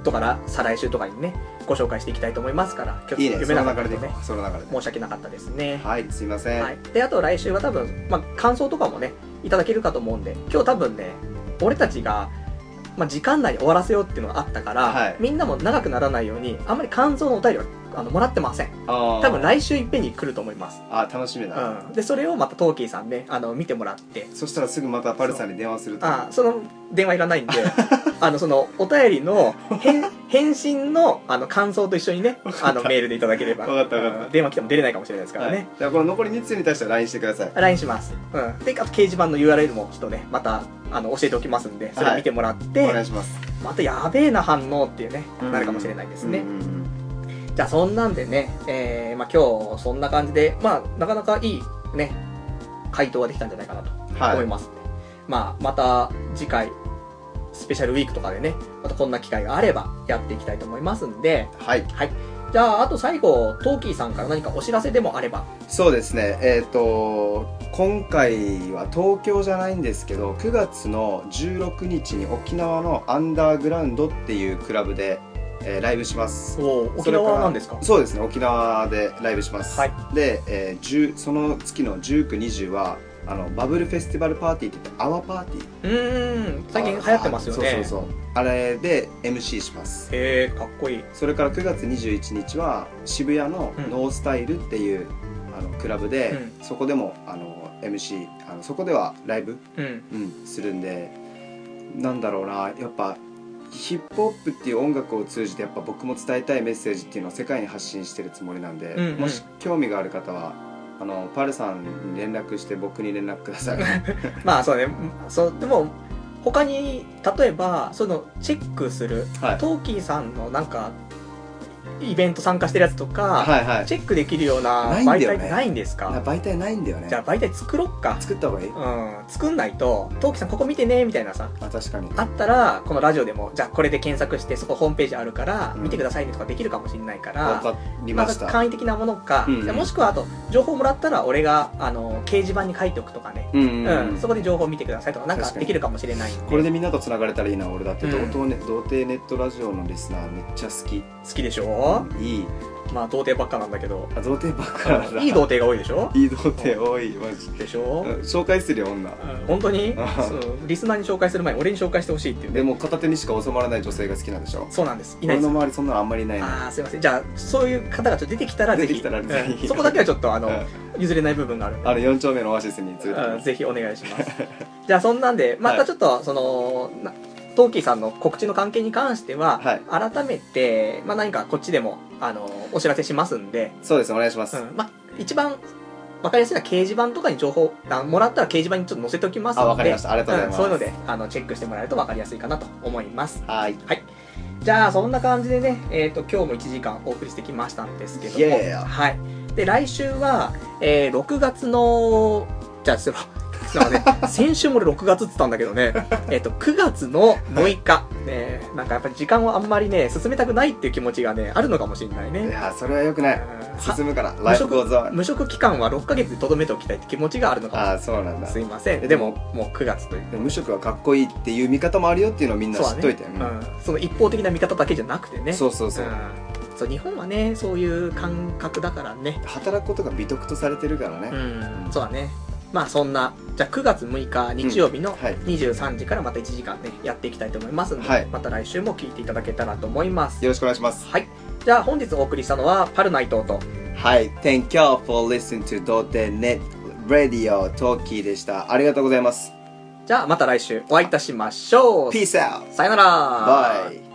とから再来週とかにねご紹介していきたいと思いますからちょっといいねそなのかった流れのででいこうその流れで申し訳なかったですねはいすいません、はい、であと来週は多分、まあ、感想とかもねいただけるかと思うんで今日多分ね俺たちが、まあ、時間内に終わらせようっていうのがあったから、はいみんなも長くならないようにあんまり感想のお便りはあのもらってませんあー多分来週いっぺんに来ると思います、あ楽しみだな、うん、でそれをまたトーキーさんねあの見てもらってそしたらすぐまたパルさんに電話するとあその電話いらないん であのそのお便りの返返信のあの感想と一緒にねあのメールでいただければわかったわかったうん電話来ても出れないかもしれないですからね、はい、だからこの残り2通に対しては LINE してください LINE します。うん。で、あと掲示板の URL もちょっとね、また、あの、教えておきますんで、それ見てもらって、お願いしますまたやべえな反応っていうね、なるかもしれないですね。うんうんうんじゃあ、そんなんでね、えー、まあ今日、そんな感じで、まあ、なかなかいいね、回答ができたんじゃないかなとはい思いますんで、まあ、また次回、スペシャルウィークとかでね、またこんな機会があればやっていきたいと思いますんで、はいじゃあ、あと最後、トーキーさんから何かお知らせでもあれば、そうですねえっ、と今回は東京じゃないんですけど9月の16日に沖縄のアンダーグラウンドっていうクラブで、えーライブしますおー沖縄なんですかそうですね沖縄でライブします、はいで、えー10その月の1920はあのバブルフェスティバルパーティーって言って泡パーティーうーん、最近流行ってますよね。そうそうそうあれで MC しますへえかっこいいそれから9月21日は渋谷のノースタイルっていう、あのクラブで、そこでもあの MC あのそこではライブ、うんうん、するんでなんだろうなやっぱヒップホップっていう音楽を通じてやっぱ僕も伝えたいメッセージっていうのを世界に発信してるつもりなんで、うんうんもし興味がある方はあのパルさんに連絡して僕に連絡く ださいまあそうねそうでも他に例えばそのチェックする、はいトーキーさんのなんかイベント参加してるやつとか、はいはいチェックできるようなないんだ媒よ体ねってないんですかな媒体ないんだよねじゃあ媒体作ろっか作った方がいいうん作んないと「トーキーさんここ見てね」みたいなさあ確かにあったらこのラジオでも「じゃあこれで検索してそこホームページあるからうん見てくださいね」とかできるかもしれないから、わかりました、あ簡易的なものか、うんうんもしくはあと情報もらったら俺があの掲示板に書いておくとかね、うんうんうんうん、そこで情報見てくださいとかなんか確かにできるかもしれないんでこれでみんなとつながれたらいいな俺だって、うん童貞ね童貞ネットラジオのリスナーめっちゃ好き好きでしょ、いいまあ童貞ばっかなんだけどあ童貞ばっかだいい童貞が多いでしょいい童貞多いマジでしょ、うん紹介するよ女うん本当にうんそうリスナーに紹介する前に俺に紹介してほしいっていうでねも片手にしか収まらない女性が好きなんでしょそうなんですいないで俺すの周りそんなのあんまりいないなああすいませんじゃあそういう方がちょっと出てきたらぜひ出てきたらぜひうんそこだけはちょっとあうの、ん譲れない部分があるんであの4丁目のオアシスにう連れてきんますぜひお願いしますじゃあそんなんでまたちょっとその、なトーキーさんの告知の関係に関しては、改めて、まあ、何かこっちでもあのお知らせしますんで、そうですお願いします、うんまあ、一番わかりやすいのは掲示板とかに情報あもらったら掲示板にちょっと載せておきますのであわかりましたありがとうございますんそういうのであのチェックしてもらえるとわかりやすいかなと思いますはいじゃあそんな感じでね、えー、と今日も1時間お送りしてきましたんですけども、 Yeah はい、で来週は、えー6月のじゃあちょっとなん かね、先週も俺6月って言ったんだけど ね、えっと、9月の6日、ね、なんかやっぱり時間をあんまりね、進めたくないっていう気持ちがね、あるのかもしれないいね。やそれはよくない進むからライフゴーズはオン無職期間は6ヶ月でとどめておきたいって気持ちがあるのかもしれああそうなんなだい。すいません。えでも、もう9月という。でも無職はかっこいいっていう見方もあるよっていうのをみんなそう知だっねといてうんうんその一方的な見方だけじゃなくてね。そうそうそう、うんそう日本はねそういう感覚だからね働くことが美徳とされてるからね、うんそうだねまあそんなじゃあ9月6日日曜日のはい23時からまた1時間ねやっていきたいと思いますので、はいまた来週も聞いていただけたらと思いますよろしくお願いしますはいじゃあ本日お送りしたのはパルナイトとはい、Thank you for listening to Dote Net Radio Talkie でした。ありがとうございます。じゃあまた来週お会いいたしましょう Peace out! さよなら Bye!